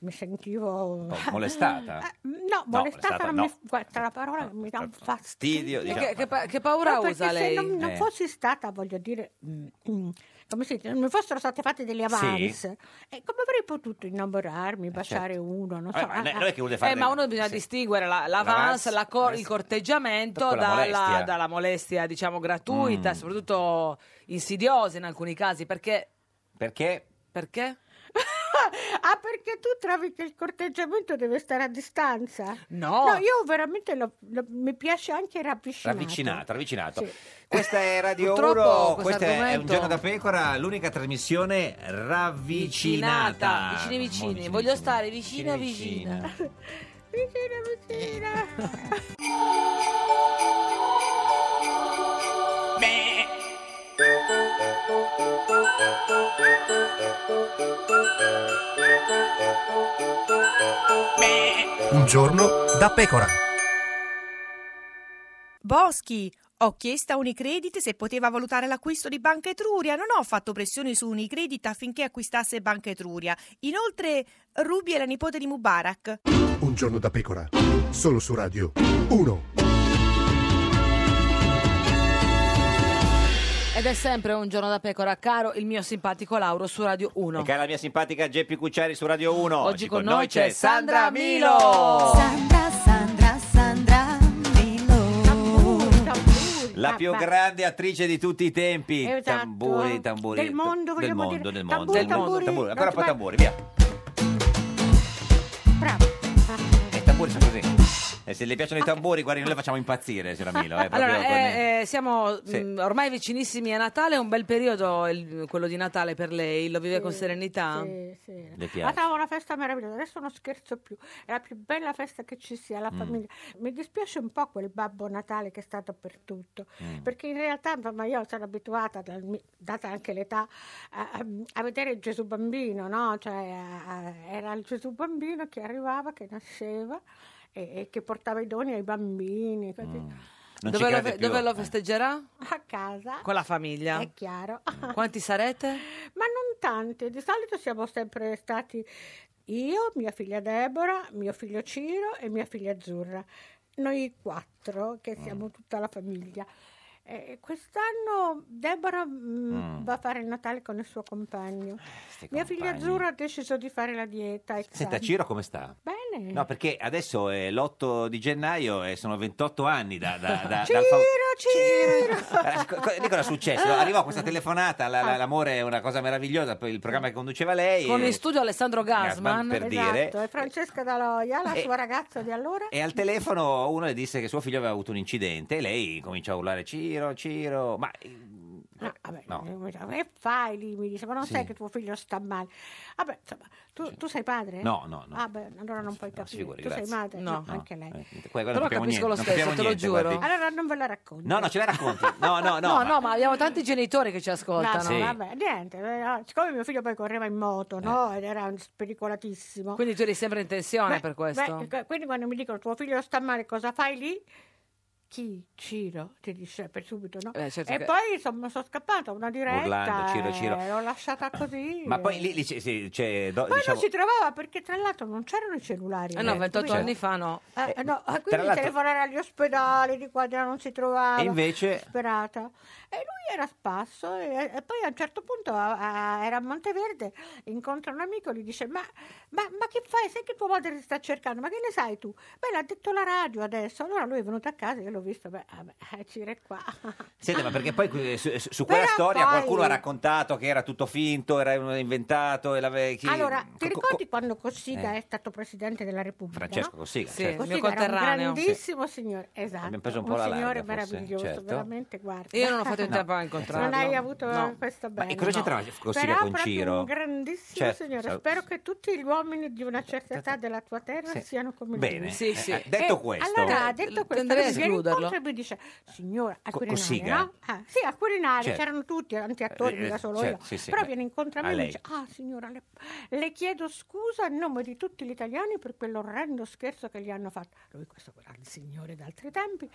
mi sentivo...
po'
Ah,
molestata?
Eh, No,
No,
molestata
molestata
non
no.
mi... Guarda, la parola che mi dà un fastidio.
Fastidio, diciamo.
Che, che pa- che paura
No, perché
usa
se
lei?
non, non
Eh.
fossi stata, voglio dire, mm, mm, come si dice, non mi fossero state fatte delle avance, eh, come avrei potuto innamorarmi, baciare uno? Non so, ah,
Eh, ma non è- non è che vuole fare
Eh, ma
del-
uno bisogna
sì.
distinguere la- l'avance,
L'avance,
la co- il corteggiamento
con la
dalla
molestia.
dalla molestia, diciamo, gratuita,
Mm.
soprattutto insidiosa in alcuni casi. Perché?
Perché?
Perché?
Ah, perché tu trovi che il corteggiamento deve stare a distanza?
No.
io veramente lo- lo- mi piace anche ravvicinato.
Ravvicinato, ravvicinato.
Sì.
Questa è Radio
Purtroppo
1,
questo
questa è- è un
argomento-
giorno da pecora, l'unica trasmissione ravvicinata.
Vicinata, vicini vicini,
Molto
voglio stare vicina
Vicini,
vicina.
Vicina vicina.
Un giorno da pecora.
Boschi, ho chiesto a Unicredit se poteva valutare l'acquisto di Banca Etruria. Non ho fatto pressioni su Unicredit affinché acquistasse Banca Etruria. Inoltre, Ruby è la nipote di Mubarak.
Un giorno da pecora. Solo su Radio 1.
Ed è sempre un giorno da pecora, caro il mio simpatico Lauro su Radio 1.
E cara la mia simpatica Geppi Cucciari su Radio 1.
Oggi con noi c'è Sandra Oh.
Sandra, Sandra, Sandra Milo.
La
Ah,
più
beh.
grande attrice di tutti i tempi.
Esatto.
Tamburi, tamburi.
Del mondo,
del
vogliamo
mondo,
dire.
del mondo,
Tamburi,
del mondo,
tamburi,
tamburi.
non
Ancora
ti
poi
fa-
tamburi, via.
Bravo.
E i tamburi Eh, sono così. Nel se le piacciono i tamburi, guardi, noi le facciamo impazzire, signora Milo. eh, proprio
Allora,
con-
eh, eh, siamo
Sì.
mh, ormai vicinissimi a Natale, è un bel periodo il- quello di Natale per lei, lo vive con serenità?
Sì, sì.
Le
Ah, stavo una festa meravigliosa, adesso non scherzo più, è la più bella festa che ci sia, la
Mm.
famiglia. Mi dispiace un po' quel Babbo Natale che è stato per tutto,
Mm.
perché in realtà insomma, io sono abituata, dal mi- data anche l'età, a, a- a vedere il Gesù bambino, no? Cioè, a- a- era il Gesù bambino che arrivava, che nasceva e, e che portava i doni ai bambini. così.
Mm. Non ci
dove, lo,
crede
fe-
più,
dove lo
eh.
festeggerà?
A casa.
Con la famiglia.
È chiaro.
Quanti sarete?
Ma non tanti, di solito siamo sempre stati io, mia figlia Deborah, mio figlio Ciro e mia figlia Azzurra. Noi quattro, che siamo tutta la famiglia. Eh, quest'anno Deborah mh,
Mm.
va a fare il Natale con il suo compagno. Mia figlia
compagni.
Azzurra ha deciso di fare la dieta. e
Senta,
sai.
Ciro come sta?
eh. Bene.
No, perché adesso è l'8 di gennaio e sono 28 anni da... da, da- dal
Ciro,
fa-
Ciro!
Eh, co- co- lì cosa è successo?
Ah.
Arrivò questa telefonata, la- la- l'amore è una cosa meravigliosa, poi il programma che conduceva lei...
Con
e-
in studio Alessandro Gasman.
Gasman, per dire-
Esatto, è Francesca Daloia, la sua ragazza di allora.
E al telefono uno le disse che suo figlio aveva avuto un incidente e lei cominciò a urlare Ciro, Ciro, ma... eh,
No, Ah, vabbè, eh,
No.
mi dice, che fai lì? Mi dice, ma non
Sì.
sai che tuo figlio sta male. Vabbè, insomma, tu, tu sei padre?
No, no, no.
Ah, beh, allora non puoi
No, si
capire.
figuri,
tu sei
grazie.
madre? No,
No,
anche lei.
eh, guarda, non capiamo niente, non capiamo niente, guardi.
Allora non ve la racconto.
No, no, ce la racconti. No, no, no.
No, no,
ma-
ma... abbiamo tanti genitori che ci ascoltano.
No, no, vabbè, niente, eh, no, siccome mio figlio poi correva in moto, no?
Eh.
Ed era un- pericolatissimo.
Quindi tu eri sempre in tensione
Beh,
per questo?
beh, qu- quindi quando mi dicono tuo figlio sta male, cosa fai lì? Chi? Ciro, ti dice per subito, no?
Eh, certo
e
che-
poi insomma sono scappata una diretta
Urlando, Ciro,
eh,
Ciro.
l'ho lasciata così.
Ma poi lì, lì c'è- sì, c'è, do-
Poi
diciamo-
non si trovava perché tra l'altro non c'erano i cellulari.
Eh no,
eh,
28
capito?
anni fa no.
Eh, eh, no, eh,
Tra
quindi
l'altro-
telefonare agli ospedali di qua di là non si trovava.
E invece-
Sperata. E lui era a spasso e, e poi a un certo punto a- a- era a Monteverde, incontra un amico e gli dice ma, ma, ma che fai? Sai che tua madre ti sta cercando? Ma che ne sai tu? Beh, l'ha detto la radio adesso. Allora lui è venuto a casa, io l'ho visto, beh, vabbè, Ciro è qua.
Senta, ma perché poi que- su, su- su quella
Però
storia
poi-
qualcuno ha raccontato che era tutto finto, era inventato e l'ave- chi-
Allora, ti
co- co-
ricordi quando Cossiga
eh.
è stato presidente della Repubblica?
Francesco
no?
Cossiga,
Sì, certo. il mio
Cossiga era un
conterraneo.
grandissimo signore, esatto.
Abbiamo preso un po' la larga,
signore
forse,
meraviglioso,
certo.
veramente, guarda.
Io non ho fatto in
No.
tempo a incontrarlo.
Non hai avuto
No.
questa
Ma
bene.
e cosa c'entrava Cossiga
Però
con
proprio
Ciro?
un grandissimo
Certo,
signore.
sa-
Spero che tutti gli uomini di una certa età della tua terra
Sì.
siano come
Bene.
lui.
Sì, sì. Eh, detto
E
questo-
Allora,
Eh,
detto questo,
tenderei a
lui viene
escluderlo.
incontro e mi dice, signora, al
Co-
Quirinale,
Cossiga?
no? Ah, sì, al Quirinale,
Certo.
c'erano tutti, tanti attori,
Eh,
mica solo
certo,
io.
sì, sì,
Però
beh,
viene incontro a
a
me e mi
lei.
dice, ah signora, le, le chiedo scusa a nome di tutti gli italiani per quell'orrendo scherzo che gli hanno fatto. Lui, questo grande signore d'altri tempi,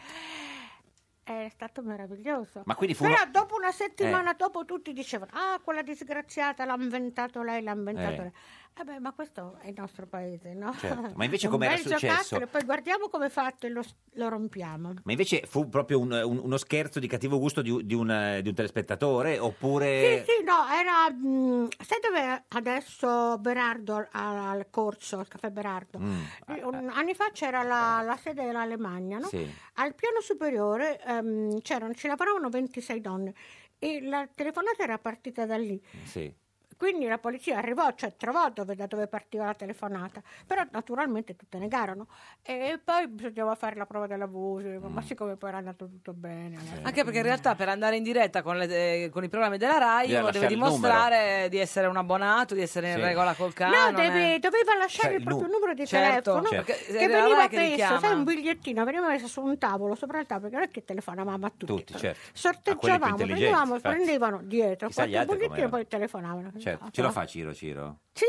è stato meraviglioso.
Ma quindi fu
Però
uno-
dopo una
Eh.
settimana dopo tutti dicevano, ah quella disgraziata l'ha inventato lei, l'ha inventato
Eh.
lei. Eh beh, ma questo è il nostro paese, no?
Certo. Ma invece
Un
com'era
bel
successo?
giocattolo, e poi guardiamo come è fatto e lo, lo rompiamo.
Ma invece fu proprio un- un- uno scherzo di cattivo gusto di, di un, di un telespettatore
Sì,
oppure...
sì, no, era... mm, sai dove adesso Berardo, al, al corso, al caffè Berardo?
Mm,
Eh, un- anni fa c'era la, la sede dell'Alemagna, no?
sì.
Al piano superiore ehm, c'erano, ci lavoravano 26 donne e la telefonata era partita da lì.
sì.
Quindi la polizia arrivò, cioè trovò dove, da dove partiva la telefonata, però naturalmente tutte negarono. E poi bisognava fare la prova della voce,
Mm.
ma siccome poi era andato tutto bene. alla fine.
Anche perché in realtà per andare in diretta con, le- eh, con i programmi della RAI
Bisogna
uno deve
lasciare il
dimostrare di essere un abbonato, di essere in
Sì.
regola col
No,
canone.
deve- doveva lasciare
Cioè,
il proprio
nu-
numero di
Certo,
telefono
cioè,
certo.
che
Perché era
veniva
Rai che li
messo, sai,
chiama.
un bigliettino veniva messo su un tavolo, sopra il tavolo, perché non è che telefonavamo a tutti.
Tutti, certo. A quelli più
Sorteggiavamo,
intelligenti,
prendevamo,
infatti.
prendevano dietro
Chissà gli
qualche
altri
bigliettino e
com'erano.
poi telefonavano. Esatto.
Certo. Ce lo fa Ciro, Ciro?
Ciro,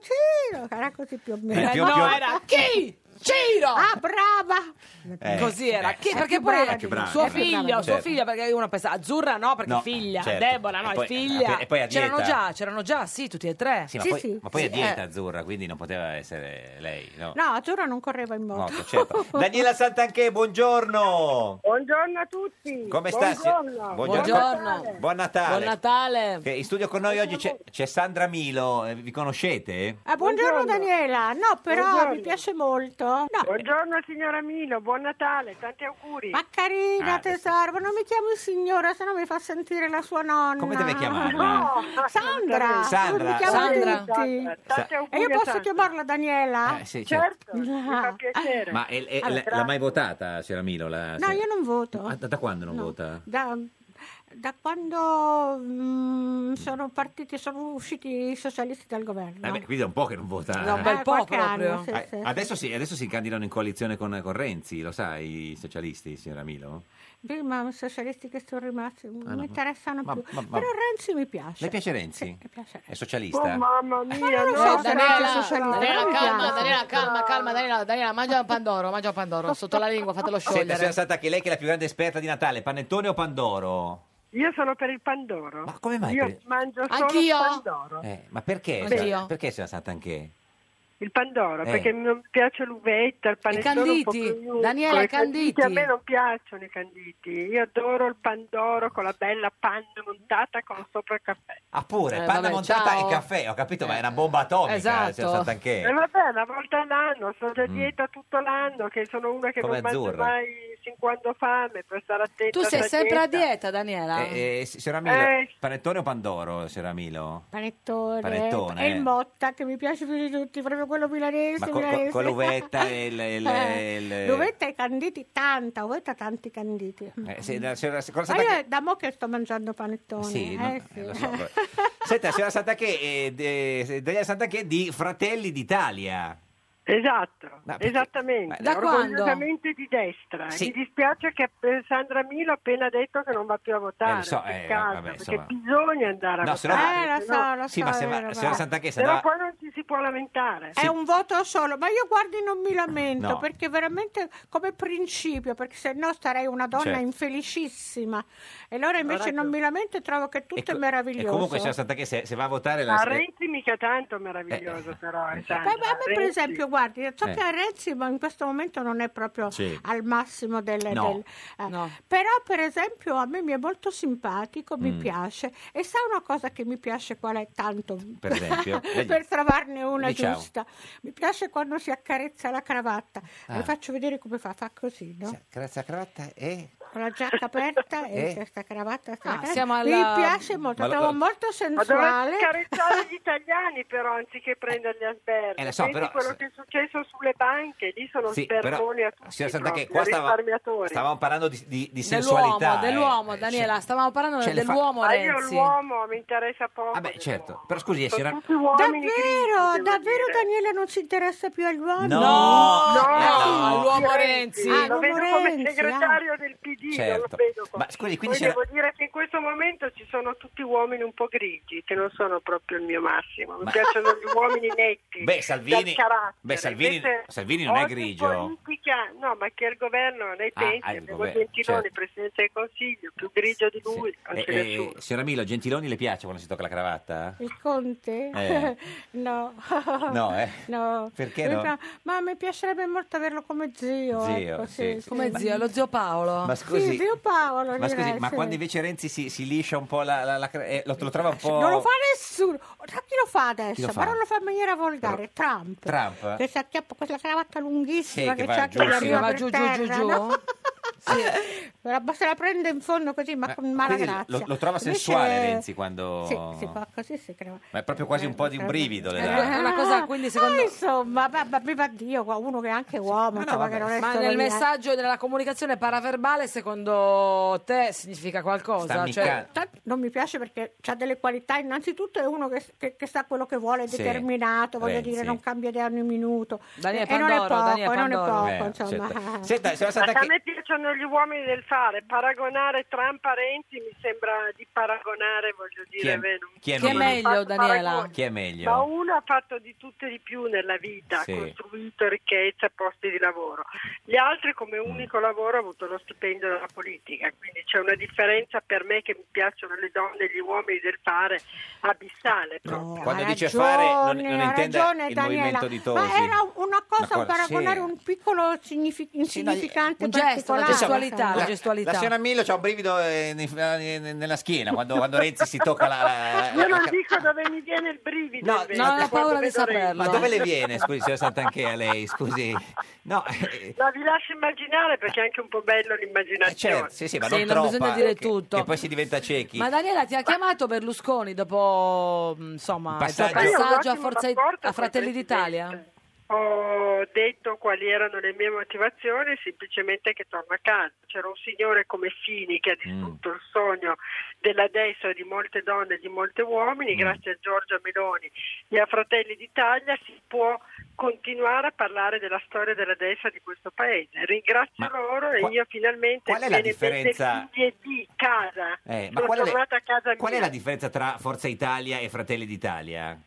Ciro, era così più o meno.
Eh, più- No, più- era
chi? Ciro! Ah, brava!
Eh,
Così era,
eh,
Che-
sì.
perché
Eh,
poi
che brava,
suo
brava.
figlio,
Certo.
suo figlio, perché uno pensa azzurra no, perché
No,
figlia,
certo.
Deborah no,
E
è
poi-
figlia.
e poi a dieta.
c'erano già, c'erano già, sì, tutti e tre.
Ah, Sì, ma poi, ma poi è
eh.
dieta azzurra, quindi non poteva essere lei, no?
No, Azzurra non correva in moto.
Morto, certo. Daniela Santanchè, buongiorno!
Buongiorno a tutti.
Come sta? si-
Buongiorno.
Buongiorno.
Buon Natale.
Buon Natale.
Che in studio con noi oggi c'è, c'è Sandra Milo, eh, vi conoscete?
Ah, buongiorno, Daniela. No, però
Buongiorno.
mi piace molto. No.
Buongiorno signora Milo,
buongiorno, buon Natale, tanti auguri.
Ma carina
Ah,
tesoro, ma non mi chiami signora, se no mi fa sentire la sua nonna.
Come deve chiamarla?
No, Sandra.
Sandra.
Mi chiamo
Sandra.
tutti.
Tanti
E io
auguri a
posso
Sandra.
chiamarla Daniela? Ah.
Eh, sì, certo.
mi fa piacere.
Ma è- è- l'ha- l'ha mai votata Ceramilo? La...
Ah, No, io non voto.
Ah, da, da quando non
No.
vota?
Da, da quando mm, sono partiti, sono usciti i socialisti dal governo.
Eh beh, quindi è un po' che non vota.
Da un bel Eh, po' qualche proprio. anno, sì,
Eh,
sì, sì.
adesso, si, adesso si candidano in coalizione con, con Renzi, lo sai, i socialisti, signora Milo?
Beh, ma i socialisti che sono rimasti non
Ah, no,
mi
ma-
interessano
ma-
più.
ma- ma-
Però Renzi mi piace.
Le piace Renzi?
Mi piace.
È socialista?
mamma
Ma
mia,
non lo
Eh,
so se
Daniela,
Renzi è socialista.
Daniela,
però mi
calma,
piace.
Daniela, calma, calma, Daniela, Daniela, mangia un pandoro, mangia un pandoro, sotto la lingua, fatelo
Senta, signora
sciogliere.
Santa, che lei che è la più grande esperta di Natale, panettone o pandoro?
Io sono per il Pandoro. Ma
come mai
Io
per-
mangio solo
Anch'io?
il Pandoro.
Eh, ma perché?
Beh,
signora-
io.
Perché signora Santa anche?
Il Pandoro,
Eh.
perché non mi piace l'uvetta, il panettone un po'
canditi,
più
Daniela,
i
i canditi.
A me non piacciono i canditi. Io adoro il Pandoro con la bella panna montata con sopra il caffè.
Ah pure,
Eh,
panna
vabbè,
montata
ciao. Eh,
e caffè, ho capito, ma è una bomba atomica,
Esatto.
signora Santa cioè, anche.
Eh,
Mm.
E vabbè, una volta all'anno, sono già dieta tutto l'anno, che sono una che
Come
non mangio
Azzurra.
mai sin quando ho fame, per stare attenta.
Tu sei
alla
sempre a
dieta.
dieta, Daniela.
Eh, eh, signora Milo,
Eh.
panettone o pandoro, signora Milo?
Panettone,
Panettone,
e
eh.
il Motta che mi piace più di tutti, proprio quello milanese.
Ma co- co-
milanese.
con l'uvetta e il- il-
Eh,
il-
l'uvetta e i canditi, tanta, uvetta tanti canditi.
Eh, sì, la signora- signora
Ma
Santa
io
che-
è da mo' che sto mangiando panettone.
Sì,
eh,
no, eh,
sì.
lo so, vabbè. Senta, signora Santa che, eh, de- Daniela Santa che di Fratelli d'Italia.
Esatto,
Ma perché-
esattamente.
Ma da quando?
Orgogliosamente di destra.
Sì.
Mi dispiace che eh, Sandra Milo ha appena detto che non va più a
Eh,
votare.
lo so, eh,
peccato,
vabbè,
perché
insomma.
bisogna andare a
No, se no-
votare.
Eh, lo
se no-
so, lo
Sì, ma
so,
se
è
va-
vero,
se va
va.
Santa Che, se
Però
andava-
poi non ci si può lamentare.
È un voto solo, ma io guardi non mi lamento
No.
perché veramente come principio, perché se no sarei una donna
Certo.
infelicissima. E allora invece non mi lamento e trovo che tutto
co-
è
Ecco, E
meraviglioso.
comunque signora Santa che se, se va a votare la...
A Renzi mica tanto meraviglioso, però. eh, Sandra.
Beh, ma a me per
Renzi-
esempio, guardi, so
Eh.
che a Renzi ma in questo momento non è proprio
Sì.
al massimo del...
No.
del- eh, Però per esempio a me mi è molto simpatico, mi
Mm.
piace. E sa una cosa che mi piace qual è tanto?
Per esempio?
per trovarne una
Diciamo.
giusta. Mi piace quando si accarezza la cravatta.
Ah.
Le faccio vedere come fa, fa così, no?
Grazie a cravatta e...
Con la giacca aperta
Eh.
e questa cravatta. sta-
Ah, siamo alla-
Mi piace molto,
Ma la-
trovo molto
Ma dovete
sensuale.
carezzare gli italiani però anziché prendere gli alberghi.
Eh, lo so,
Vedi
però-
quello che è successo sulle banche, lì sono
Sì, però,
spermoni a tutti
signora Santa che
proprio,
qua stava-
risparmiatori.
stavamo parlando di, di- di
Dell'uomo,
sensualità. eh.
dell'uomo, Daniela, stavamo parlando
cioè, le fa-
dell'uomo
Ma io
Renzi.
l'uomo mi interessa poco.
Vabbè, certo, però scusi, eh, signora...
Davvero, davvero Daniela non si interessa più agli uomini?
No, No, no,
no,
l'uomo Renzi.
Renzi,
Ah, l'uomo
lo vedo come
Renzi,
segretario del PD, non
Certo.
lo vedo come...
Ma scusi,
Poi
quindi c'era...
devo dire che in questo momento ci sono tutti uomini un po' grigi, che non sono proprio il mio massimo. Mi
Ma-
piacciono gli uomini netti.
Beh, Salvini,
dal carattere.
beh, Salvini,
Invece
Salvini non è
oggi
grigio.
politica- no, ma che il governo lei
Ah,
pensi,
ah, il
abbiamo
governo,
Gentiloni,
certo.
Presidente del Consiglio, più grigio di lui, non
Eh,
c'è
eh,
nessuno.
signora Milo, Gentiloni le piace quando si tocca la cravatta?
Il conte?
Eh.
no.
No, eh.
No.
Perché
Mi
no?
pia- Ma mi piacerebbe molto averlo come zio.
Zio,
ecco,
sì.
Come zio, lo zio Paolo.
Ma scusi-
Sì, zio Paolo.
Ma scusi,
direi,
ma
sì.
quando invece Renzi si, si liscia un po' la, la, la cra- eh, lo, lo trova un po'...
Non lo fa nessuno. Sa chi lo fa adesso?
Chi lo fa?
Ma non lo fa in maniera volgare. Trump.
Trump?
Che Cioè, si acchiappa quella cravatta lunghissima
Cioè, Sì, che
che,
va
c'ha
giù,
che gli
sì.
arriva
Va
per
giù, giù,
terra,
giù, giù?
no? Però Se la prende in fondo così, ma
Ma
con mala
quindi
grazia.
lo, lo trova
Invece-
sensuale Renzi quando...
Sì, si fa così, si crava.
Ma è proprio quasi un po' di un brivido le dà.
Eh,
Una cosa, quindi, secondo-
eh, insomma, ma, ma, viva Dio, qua, uno che è anche uomo,
Ma,
insomma, che non è solo
nel
lì, eh.
messaggio e nella comunicazione paraverbale, secondo te significa qualcosa?
Sta
Cioè,
mica-
Tanto Non mi piace perché ha delle qualità, innanzitutto è uno che, che- che sa quello che vuole, è
Sì,
determinato, voglio
Renzi.
dire, non cambia idea ogni minuto.
Daniele
e non è
Pandoro,
poco,
Daniele
e non è
Pandoro.
poco,
Eh,
insomma.
certo. Senta, signora Santa
A
che...
me piacciono gli uomini del fare, paragonare Trump a Renzi mi sembra di paragonare, voglio
Chi
dire,
è,
vero?
chi è
Chi è meglio, Daniela?
Chi è
Ma
meglio?
uno ha fatto di tutto e di più nella vita,
Sì.
ha costruito ricchezza, posti di lavoro. Gli altri come
Mm.
unico lavoro hanno avuto lo stipendio della politica, quindi c'è una differenza per me che mi piacciono le donne e gli uomini del fare abissale. proprio.
Quando
Ha
dice
ragione,
fare non, non
ha
intende
ragione,
il
Daniela.
movimento di Tosi.
Ma era una cosa
Una cosa-
paragonare
sì.
un piccolo signifi- insignificante
un gesto, una
particolare.
gestualità, la gestualità.
La signora Millo c'ha un brivido eh, nei- eh, nella schiena quando, quando Renzi si tocca la... la-
Io
la-
non dico dove mi viene il brivido.
No,
invece,
no, non ho
quando
paura di
vedo Renzi.
Ma dove le viene, scusi, signora Santanchea, lei, scusi? No, eh,
No, vi lascio immaginare perché è anche un po' bello l'immaginazione.
certo, sì, sì, ma
Sì,
non
non
troppa.
bisogna dire
che-
tutto.
Che poi si diventa ciechi.
Ma Daniela ti ha chiamato Berlusconi dopo mh, insomma, il tuo
Passaggio-
passaggio a,
Io ho un
Forza-
ottimo rapporto
a Fratelli
con il
d'Italia?
Ho detto quali erano le mie motivazioni, semplicemente che torno a casa. C'era un signore come Fini che ha
Mm.
distrutto il sogno della destra di molte donne e di molti
Mm.
uomini, grazie a Giorgia Meloni e a Fratelli d'Italia si può continuare a parlare della storia della destra di questo paese. Ringrazio loro e io finalmente
qual è la
mi viene in mente
differenza-
figlie di casa.
Eh, ma
Sono
qual è, le-
tornata a casa
qual è
mia.
la differenza tra Forza Italia e Fratelli d'Italia?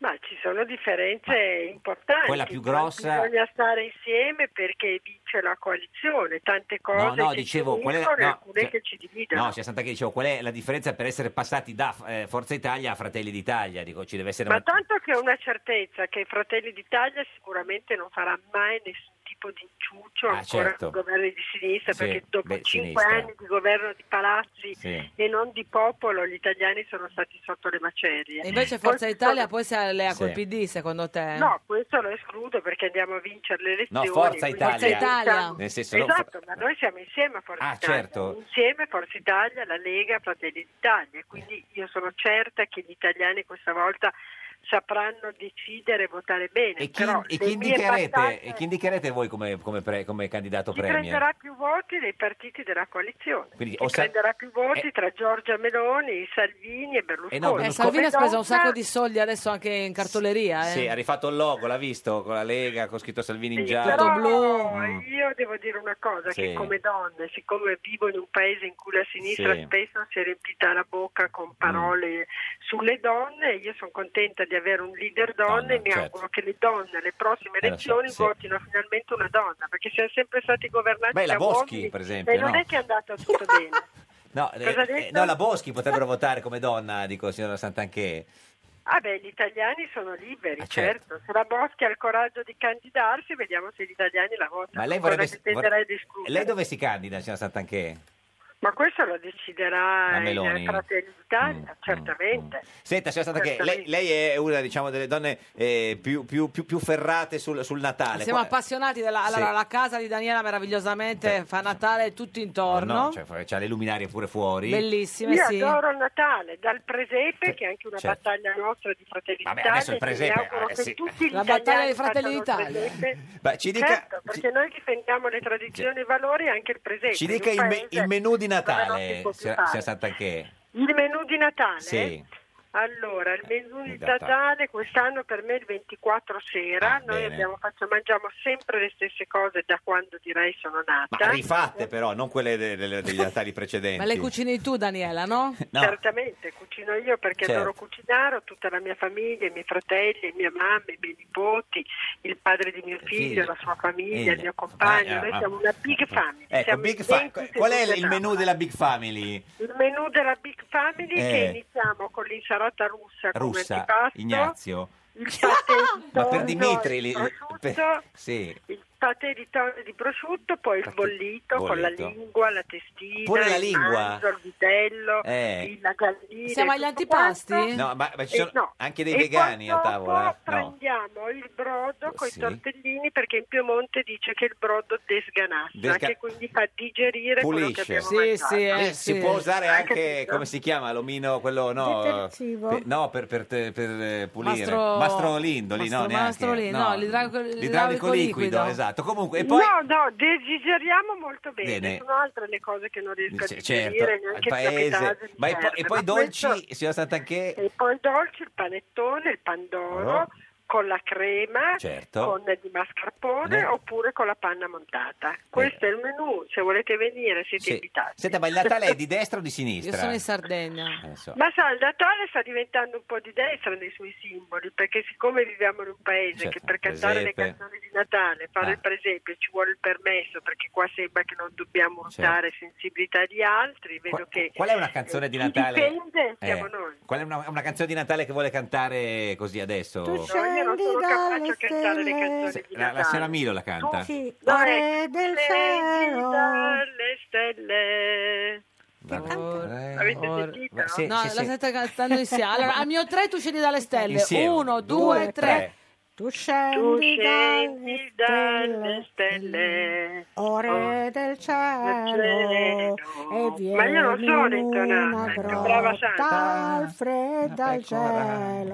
Ma ci sono differenze importanti.
quella più grossa-
Bisogna stare insieme perché vince la coalizione, tante cose
no,
che
dicevo,
ci
qual è la-
uniscono e
no,
alcune
cioè-
che ci dividono.
No, c'è Santa che dicevo, qual è la differenza per essere passati da eh, Forza Italia a Fratelli d'Italia? Dico, ci deve essere
Ma
una-
tanto che ho una certezza che i Fratelli d'Italia sicuramente non farà mai nessun tipo di inciuccio
Ah,
ancora
certo.
con i governi di sinistra
Sì,
perché dopo
beh,
cinque
sinistra.
anni di governo di palazzi
Sì.
e non di popolo gli italiani sono stati sotto le macerie.
E invece Forza
Poi-
Italia poi si allea col
Sì.
PD secondo te? Eh,
No, questo lo escludo perché andiamo a vincere le
Eh. No,
elezioni.
Forza
quindi-
Italia.
Italia.
Nel senso, no, for-
Esatto, ma noi siamo insieme a Forza
Ah,
Italia,
certo.
insieme Forza Italia, la Lega, Fratelli d'Italia, quindi io sono certa che gli italiani questa volta sapranno decidere e votare bene.
E chi,
Però
e
le
chi
mie
indicherete,
battaglie-
e chi indicherete voi come, come pre- come candidato
chi
premier?
prenderà più voti dei partiti della coalizione?
Quindi,
chi
o sa-
prenderà più voti tra Giorgia Meloni, Salvini e Berlusconi?
Eh no,
Eh,
Berlusconi-
Salvini ha
Come
speso un
donna-
sacco di soldi adesso anche in cartoleria. Eh.
Sì, ha rifatto il logo, l'ha visto, con la Lega, con scritto Salvini in
Sì,
giallo.
però eh,
Mm.
io devo dire una cosa,
Sì.
che come donne, siccome vivo in un paese in cui la sinistra
Sì.
spesso si è riempita la bocca con parole
Mm.
sulle donne, io sono contenta di avere un leader donna e mi
certo.
auguro che le donne alle prossime
Eh, lo so,
elezioni
sì.
votino finalmente una donna, perché siamo sempre stati governati
Beh, la
da
Boschi,
uomini
per esempio,
e non
no?
è che è andato tutto bene.
No, eh,
Cosa ha
eh,
detto?
no, la Boschi potrebbero votare come donna, dico signora Santanchè.
Ah beh, gli italiani sono liberi,
Ah, certo.
certo. Se la Boschi ha il coraggio di candidarsi, vediamo se gli italiani la votano.
Ma lei
cosa
vorrebbe...
che tenderei
vorre-
a discutere.
Lei dove si candida, signora Santanchè?
Ma questo lo
La
deciderà
Meloni. Mm,
il Fratelli d'Italia, certamente.
Senta, signora Santanchè, lei,
Certamente.
lei è una diciamo, delle donne eh, più, più- più- più ferrate sul, sul Natale.
Siamo
Qua-
appassionati della
Sì.
allora, la casa di Daniela meravigliosamente fa Natale tutto intorno.
No, cioè, fa- c'ha le luminarie pure fuori.
Bellissime,
Io
sì.
adoro il Natale, dal presepe, che è anche una
certo.
battaglia nostra di Fratelli
Vabbè,
d'Italia.
adesso il
che mi
presepe,
auguro
eh,
che
sì.
tutti gli
La battaglia dei
italiani
Fratelli
facciano il
d'Italia.
presepe.
Ma ci dica-
Certo, perché noi difendiamo le tradizioni e i valori e anche il presepe.
Ci
in un
dica il, me-
paese
il menù di
dove non si
Natale,
può più
signora
fare.
signora Santanchè.
Il menù di Natale?
Sì. Eh,
Allora, il menù di
Natale.
Natale quest'anno per me è il 24 sera,
Ah,
noi
bene.
abbiamo fatto, mangiamo sempre le stesse cose da quando direi sono nata.
Ma rifatte però, non quelle de- de- degli Natali precedenti.
Ma le cucini tu, Daniela, no?
No.
Certamente, cucino io perché
Certo.
adoro cucinare, ho tutta la mia famiglia, i miei fratelli, mia mamma, i miei nipoti, il padre di mio figlio,
figlio.
la sua famiglia,
Figlio.
il mio compagno,
Ah,
noi
ah,
siamo una big family.
Ecco,
siamo
Big
in
Fa-
20
qual è
sedute
il
a tavola.
menù della Big Family?
Il menù della Big Family che
Eh.
iniziamo con l'insalata russa,
Russa,
Cioè, come antipasto,
Ignazio.
il patè
Ma per
di
Dimitri... li-
tonno, il prosciutto,
per- sì.
il patè di tonno e di prosciutto, poi il bollito, con la
bollito.
lingua, la testina,
Pure la
il
lingua?
manzo, il vitello,
Eh.
il- la gallina.
Siamo
e
agli
tutto
antipasti?
quanto.
No, ma, ma ci
Eh,
sono
no.
anche dei
E
vegani
poi
a
dopo
tavola? No.
Prendiamo il brodo con
Sì.
i tortellini perché in Piemonte dice che il brodo desganassa,
Desga-
che quindi fa digerire quello che
Pulisce.
abbiamo mangiato.
Eh, si può usare
Anche
anche,
questo.
come si chiama, l'omino, quello no,
Detersivo.
per, no, per, per, te- per, eh, pulire.
Mastro-
Lindoli, no,
Mastro-
neanche.
Mastro Lindoli, no, l'idraulico- l'idraulico liquido.
esatto. Comunque, e poi...
No, no, desideriamo molto bene.
Bene.
Sono altre le cose che non riesco
C-
a
certo,
digerire,
al
neanche il
paese.
capitale mi
Ma e, poi,
serve,
e poi
ma
dolci,
questo-
signora Santanchè?
E poi dolci, il panettone, il pandoro,
Allora.
con la crema,
Oh. Certo.
con di mascarpone
Eh.
oppure con la panna montata. Questo è il menù, se volete venire siete
Sì.
invitati.
Senta, ma il Natale è di destra o di sinistra?
Io sono in Sardegna.
Eh, so.
Ma sa, il Natale sta diventando un po' di destra nei suoi simboli, perché siccome viviamo in un paese
Certo,
che per cantare le
presepe.
canzoni di Natale, fare
Ah.
il presepe, ci vuole il permesso, perché qua sembra che non dobbiamo urtare sensibilità di altri, vedo
Certo. Qua-
che...
Qual è una canzone di
chi
Natale?
dipende siamo
Eh,
noi.
Qual è una, una canzone di Natale che vuole cantare così adesso?
Tu
No, io non sono
Scendi
capace a cantare le
dalle
canzoni
stelle.
di
La,
Natale.
la signora Milo la canta.
Sì,
No,
ore del
Scendi
cielo.
le stelle. Avete sentito?
Ma sì,
no,
sì,
la
sì.
state cantando insieme. Allora, al mio tre tu scendi dalle stelle.
Insieme.
Uno, due,
Due,
tre.
tre.
Tu
Tu
scendi
scendi dalle stelle. Oh.
O re del cielo e vieni
Ma io non sono
in una
intonata, ecco, brava
grotta al freddo al
Ecco,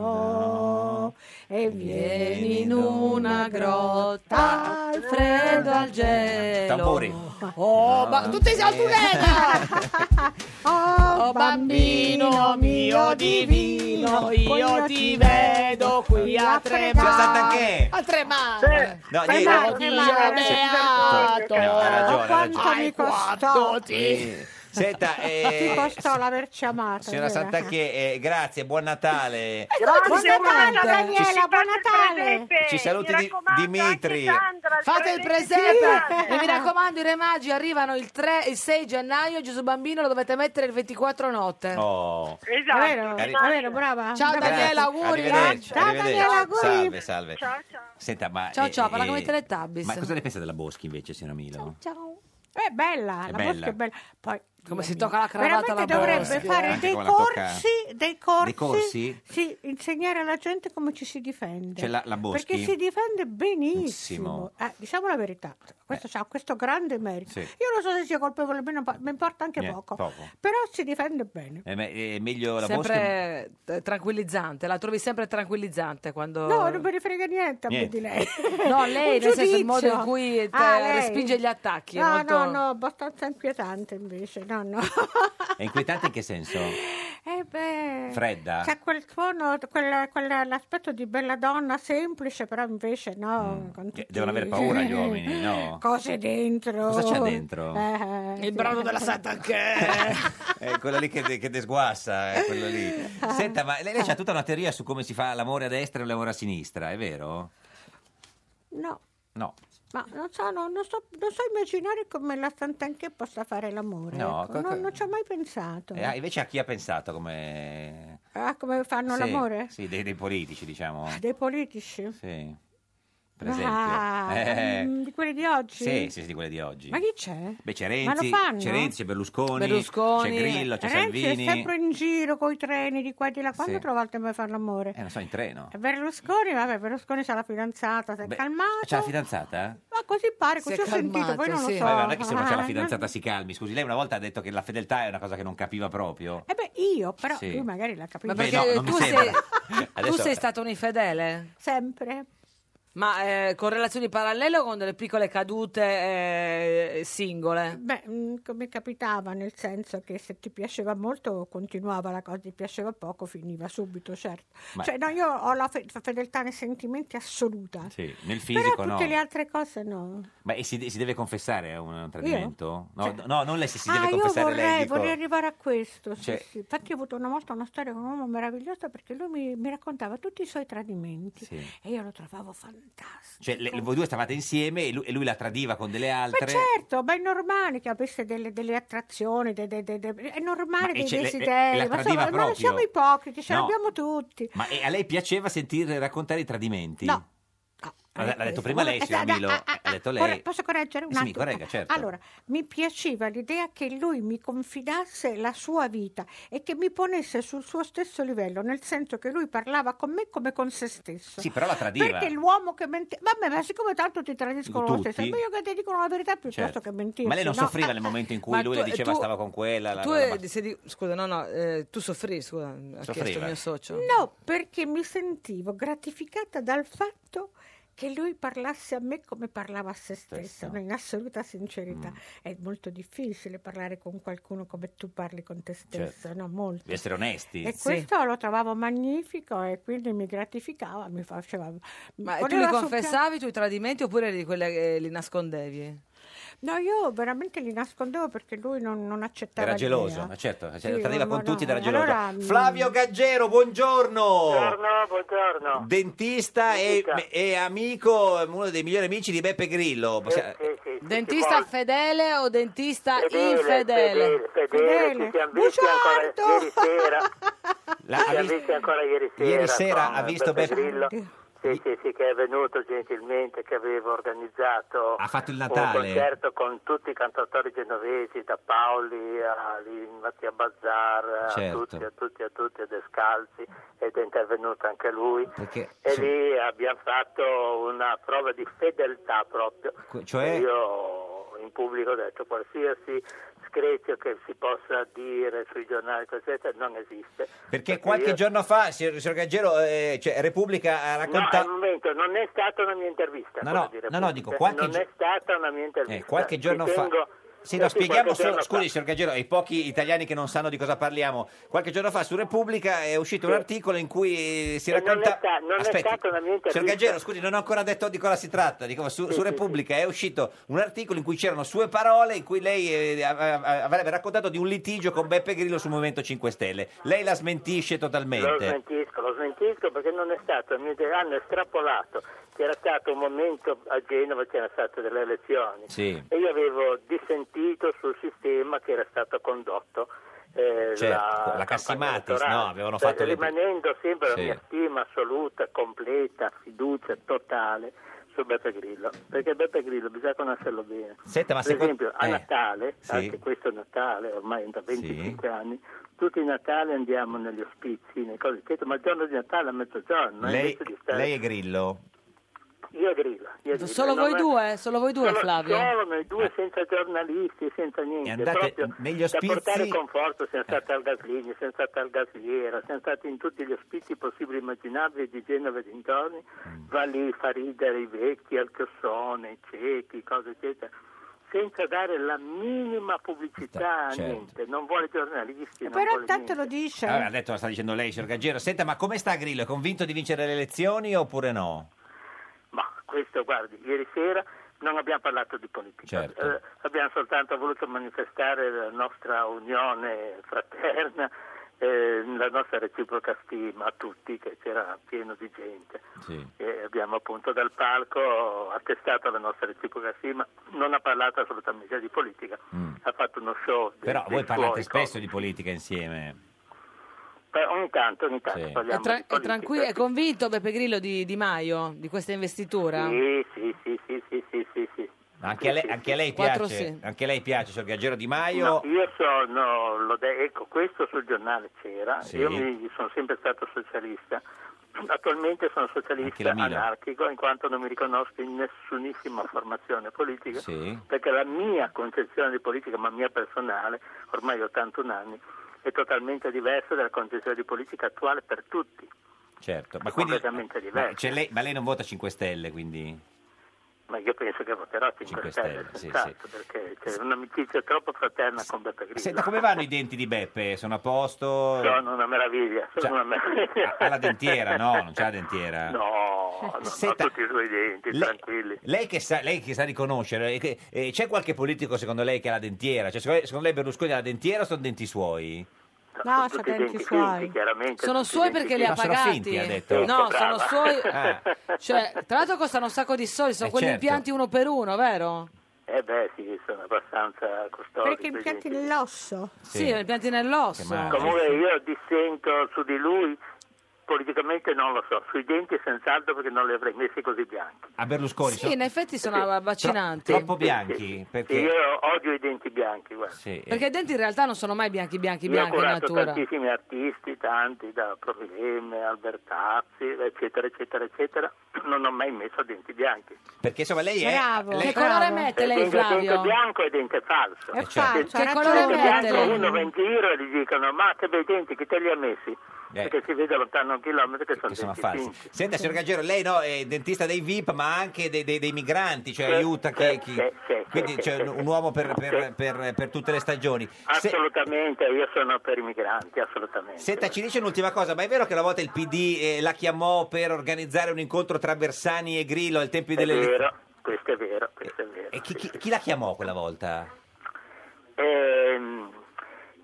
cielo e vieni in una grotta al freddo al cielo
Tamburi.
oh,
ba- tutti
si oh bambino mio divino io ti vedo qui a
Siamo stati
tremare
anche-
a tremare
No,
Fai
niente.
male, fai
Oddio,
male.
beato. No, Eh, ha ragione, ha
Quanto
ragione.
mi costò?
Eh, Senta, eh,
Ti costò l'averci amata.
signora
vero?
Sant'Anchè, eh, grazie, buon
Eh,
Natale.
Buon Natale,
guarda.
Ci si-
Daniela, buon Natale.
Ci saluti Di- Dimitri.
Fate il
Sì.
presepe e mi raccomando i re magi arrivano il 3 e il 6 gennaio Gesù Bambino lo dovete mettere il 24 notte
Oh.
Esatto.
Vero,
Arri-
vero, brava.
Ciao,
Brava.
Daniela, auguri.
Arrivederci,
Ciao,
arrivederci.
Daniela, auguri.
Salve, salve.
Ciao,
Senta, ma,
Ciao,
eh,
ciao, parla come i
eh,
Teletubbies.
Ma cosa ne pensa della Boschi invece, signora Milo?
Ciao. È bella,
È
la
bella.
bosca è bella. Poi,
Come si tocca la cravatta alla
Veramente dovrebbe
Boschi.
fare
Anche
dei
come la tocca-
corsi, dei corsi.
Dei corsi?
Sì, insegnare alla gente come ci si difende.
Cioè, la- la Boschi?
Perché si difende benissimo.
Benissimo. Eh.
Eh, diciamo la verità, questo ha questo grande merito.
Sì.
Io non so se sia colpevole o meno, ma mi importa anche
Niente,
poco.
poco.
Però si difende bene.
È, me- è Eh, meglio la Boschi?
sempre eh, tranquillizzante la trovi sempre tranquillizzante quando
No, non me ne frega niente a me
Eh, Niente.
di lei.
No, lei,
Un
nel senso, il
giudizio.
modo in cui, eh,
Ah, lei.
respinge gli attacchi, è
No,
molto-
no, no, abbastanza inquietante invece. No, no.
È inquietante in che senso?
Eh beh,
Fredda?
C'è quel suono, quel, quell'aspetto di bella donna semplice, però invece no. con tutti-
Che Mm. Devono avere paura gli uomini, no?
Cose dentro.
Cosa c'è dentro?
Eh, sì.
È quella lì che, che te sguassa, è quello lì. Senta, ma lei, lei c'ha tutta una teoria su come si fa l'amore a destra e l'amore a sinistra, è vero?
No.
No.
Ma non so, no, non, so, non so immaginare come la Sant'Anchè possa fare l'amore.
No,
ecco.
co- co-
non, non ci ho mai pensato.
Eh, ah, invece a chi ha pensato come...
Ah, come fanno
Sì,
l'amore? Ah,
Sì, dei, dei politici, diciamo.
Dei politici?
Sì. Per
Ah,
esempio. Eh.
mm, Di quelli di oggi?
Sì, sì, sì, di quelle di oggi.
Ma chi c'è?
Beh, c'è
Ma
Renzi,
lo fanno?
c'è Renzi, c'è Berlusconi,
Berlusconi.
c'è Grillo, c'è
Renzi
Salvini.
è sempre in giro con i treni di qua e di là. Quando
Sì.
trovate mai fare l'amore?
Eh, non so, in treno.
E Berlusconi, vabbè, Berlusconi c'ha la fidanzata, si è
Beh,
calmato.
C'ha la fidanzata?
Ma così pare,
Si è
così ho sentito, poi
calmato,
non lo
sì.
so.
Vabbè, non è che se non c'è la
Ah,
fidanzata si calmi. Scusi, lei una volta ha detto che la fedeltà è una cosa che non capiva proprio.
Eh beh, io, però
Sì.
lui magari l'ha capito.
Ma
Beh,
perché
no, non mi
tu, sei,
sembra. Adesso-
tu sei stato un infedele
Sempre.
ma eh, con relazioni parallele o con delle piccole cadute eh, singole
Beh, mh, come capitava, nel senso che se ti piaceva molto continuava la cosa, ti piaceva poco finiva subito, certo.
Ma-
Cioè, no, io ho la fe- fedeltà nei sentimenti assoluta.
Sì, nel
Però
fisico
tutte
no.
le altre cose no.
Ma e si, si deve confessare a un tradimento? No, no, non lei se Eh, si
ah,
deve
io
confessare
vorrei,
lei. dico-
vorrei arrivare a questo. sì,
Cioè-
sì. Infatti, io ho avuto una volta una storia con un uomo meraviglioso perché lui mi, mi raccontava tutti i suoi tradimenti
Sì.
e io lo trovavo fantastico.
Cioè, le- voi due stavate insieme e lui, e lui la tradiva con delle altre.
Ma certo, ma è normale che avesse delle, delle attrazioni, de- de- de- de- è normale
Ma e
dei
ce- le- le-
desideri,
la
ma,
tradiva
insomma, ma non
proprio?
siamo ipocriti, ce
No.
l'abbiamo tutti.
Ma e a lei piaceva sentire raccontare i tradimenti?
No.
Ma L'ha detto
Questo.
prima lei,
Eh,
signor
eh, eh,
Milo.
eh, eh,
Ha detto
eh, corre-
lei.
Posso correggere un
Sì, mi
attimo?
corregga, certo.
Allora, mi piaceva l'idea che lui mi confidasse la sua vita e che mi ponesse sul suo stesso livello, nel senso che lui parlava con me come con se stesso.
Sì, però la tradiva.
Perché l'uomo che mente... Vabbè, ma siccome tanto ti tradiscono lo
Tutti.
stesso, è meglio che ti dicono la verità piuttosto
Certo.
che mentirti.
Ma lei non
no?
soffriva
Eh,
nel momento in cui
Ma
lui
tu-
le diceva
tu-
stava con quella? la-
tu
la-
eh, se di- scusa no no eh, tu soffri scusa ha chiesto il
Soffriva.
mio socio
No, perché mi sentivo gratificata dal fatto che lui parlasse a me come parlava a se stesso,
Stesso.
in assoluta sincerità.
Mm.
È molto difficile parlare con qualcuno come tu parli con te stesso,
Certo.
no? Molto.
Di essere onesti.
E
Sì.
questo lo trovavo magnifico e quindi mi gratificava, mi faceva...
ma
mi
tu
poneva
li
sul piano-
confessavi i tuoi tradimenti oppure eri di quelle che li nascondevi
No, io veramente li nascondevo perché lui non, non accettava
Era geloso,
l'idea.
ma certo, cioè,
Sì,
lo tradiva
ma
con
no,
tutti ed era geloso.
allora, mm.
Flavio Gaggero, buongiorno!
Buongiorno, buongiorno.
Dentista e,
Dentista.
e amico, uno dei migliori amici di Beppe Grillo. Possiamo-
Sì, sì, sì,
dentista
sì,
fedele o dentista
fedele,
infedele
fedele, fedele,
Fedele.
ci siamo visti ancora ieri sera.
La-
Ci
ha
siamo
vis-
visti ancora ieri sera.
ieri sera ha
con
visto Beppe
Grillo. Sì, sì, sì, che è venuto gentilmente, che aveva organizzato
Ha fatto il
un
Natale.
concerto con tutti i cantatori genovesi, da Paoli a Lin, Mattia Bazzar,
Certo.
a tutti, a tutti, a tutti, a Descalzi, ed è intervenuto anche lui.
Perché,
E
so-
lì abbiamo fatto una prova di fedeltà proprio.
Que- cioè?
Io in pubblico ho detto qualsiasi screzio che si possa dire sui giornali, eccetera, non esiste.
perché qualche
io-
giorno fa, signor, signor Gaggero, eh, cioè, Repubblica ha
No,
raccontato...
al momento non è stata una mia intervista.
No,
voglio
no,
dire,
no, no, dico,
eh,
qualche
non
gio-
è stata una mia intervista.
Eh, qualche giorno fa.
Ritengo-
Sì,
Eh
lo spieghiamo
qualche
solo,
giorno
scusi
fa.
signor Gaggero, ai pochi italiani che non sanno di cosa parliamo. Qualche giorno fa su Repubblica è uscito un articolo in cui eh, si
E non
racconta...
è sta- non è
Aspetti,
stata una mia intervista.
Signor Gaggero, scusi, non ho ancora detto di cosa si tratta. Dico, su,
Sì,
su
sì,
Repubblica è uscito un articolo in cui c'erano sue parole in cui lei eh, av- av- avrebbe raccontato di un litigio con Beppe Grillo sul Movimento 5 Stelle. Lei la smentisce
Lo
totalmente.
smentisco, lo smentisco perché non è stato, mi hanno estrapolato. C'era stato un momento a Genova, c'erano state delle elezioni
Sì.
e io avevo dissentito sul sistema che era stato condotto. eh,
Certo, la
campagna
Cassimatis,
elettorale.
no, avevano
Cioè,
fatto le-
Rimanendo sempre la
Sì.
mia stima assoluta, completa, fiducia totale su Beppe Grillo, perché Beppe Grillo bisogna conoscerlo bene.
Senta, ma
per
se-
esempio a
eh,
Natale,
sì.
anche questo Natale, ormai da 25 anni, tutti i Natali andiamo negli ospizi, nei cose, eccetera, ma il giorno di Natale a mezzogiorno, eh,
Lei,
invece di stare...
lei è Grillo?
Io e Grillo. Io e Grillo.
Solo
No,
voi
ma-
due, solo voi due,
Solo-
Flavio.
Solo noi
Ah.
due, senza giornalisti, senza niente.
E andate Eh.
proprio
negli
Da portare
ospizi-
conforto, siamo stati al Gaslini, siamo stati al Gasliera, siamo stati in tutti gli ospizi possibili e immaginabili di Genova e dintorni.
Mm.
Va lì, fa ridere i vecchi, al Cossone, i ciechi, cose eccetera. Senza dare la minima pubblicità a
Certo.
niente, non vuole giornalisti. non
Però
vuole
intanto
niente.
lo dice.
Allora, adesso lo sta dicendo lei, signor Gaggero. Senta, ma come sta Grillo? È convinto di vincere le elezioni oppure no?
Ma questo, guardi, ieri sera non abbiamo parlato di politica,
Certo.
Eh, abbiamo soltanto voluto manifestare la nostra unione fraterna, eh, la nostra reciproca stima a tutti, che c'era pieno di gente. E abbiamo appunto dal palco attestato la nostra reciproca stima, non ha parlato assolutamente di politica, ha fatto uno show. dei-
Mm. Però
dei
voi parlate
suoi
spesso di politica insieme.
co- Ogni tanto, ogni tanto
È,
parliamo
tra-
di
è
politica.
tranquillo, è convinto Beppe Grillo di, di Maio di questa investitura?
Sì, sì, sì, sì, sì, sì, sì, sì.
Anche a lei, anche a lei
Quattro
piace,
sì.
anche a lei piace, signor Gaggero Di Maio.
No, io sono, lo de- ecco, questo sul giornale c'era,
Sì.
io mi- sono sempre stato socialista, attualmente sono
Anche
socialista
la Milo.
anarchico in quanto non mi riconosco in nessunissima formazione politica,
Sì.
perché la mia concezione di politica, ma mia personale, ormai ho 81 anni, è totalmente diversa dalla concezione di politica attuale per tutti,
Certo, ma quindi
completamente diversa.
ma, c'è lei, ma lei non vota 5 Stelle, quindi
Ma io penso che voterò 5
Cinque
Stelle,
Stelle, sì,
senz'altro, perché c'è un'amicizia troppo fraterna con Beppe Grillo.
Senta, come vanno i denti di Beppe? Sono a posto?
Sono una meraviglia, sono
oh, Cioè,
una meraviglia.
Ha la dentiera? No, non c'è la dentiera.
No, non
Eh. Senta,
ho tutti i suoi denti,
lei-
tranquilli.
Lei che, sa, lei che sa riconoscere, eh, che- eh, c'è qualche politico secondo lei che ha la dentiera? Cioè, secondo, lei, secondo lei Berlusconi ha la dentiera o sono denti suoi?
No,
tutti
sono
i
denti
denti
suoi.
finti, chiaramente.
Sono suoi perché li ha
Ma sono
pagati.
finti, ha detto.
No,
Ecco,
sono
brava.
suoi.
Ah.
Cioè, tra l'altro costano un sacco di soldi, sono
Eh,
quegli
certo.
impianti uno per uno, vero?
Eh beh, sì, sono abbastanza costosi.
Perché
quei
impianti
denti.
nell'osso.
Sì, gli impianti nell'osso.
Comunque io dissento su di lui, politicamente non lo so, sui denti senz'altro perché non li avrei messi così bianchi.
A Berlusconi?
Sì,
sono-
in effetti sono avvicinanti.
Tro- troppo bianchi? Perché...
Sì, io odio i denti bianchi, guarda.
Sì, eh.
Perché i denti in realtà non sono mai bianchi, bianchi,
Io ho
bianchi in
curato
natura.
tantissimi artisti, tanti, da Provilemme, Albertazzi, eccetera, eccetera, eccetera. Non ho mai messo denti bianchi.
Perché insomma lei è...
Bravo.
lei-
Che colore mette lei,
Dente- Dente
Flavio?
bianco e dente falso.
È
certo.
falso, ha
Che
ragione.
colore
Bianco,
mette?
uno va in giro e gli dicono, ma che bei denti, chi te li ha messi?
Eh.
Perché si vede lontano un chilometro che sono
Che sono
denti
falsi.
finti.
Senta, signor Gaggero, lei no, è dentista dei VIP, ma anche dei, dei- dei migranti, cioè
Sì,
aiuta
sì,
chi, chi-
sì, sì, sì,
quindi
sì,
cioè,
sì,
un-
sì.
un uomo per, per-
Sì.
per- per tutte le stagioni. Se-
Assolutamente, io sono per i migranti, assolutamente.
Senta, ci dice un'ultima cosa, ma è vero che una volta il PD eh, la chiamò per organizzare un incontro tra Bersani e Grillo al tempo
È
delle elezioni?
vero, questo è vero, questo è vero.
E chi, chi- chi la chiamò quella volta?
Ehm,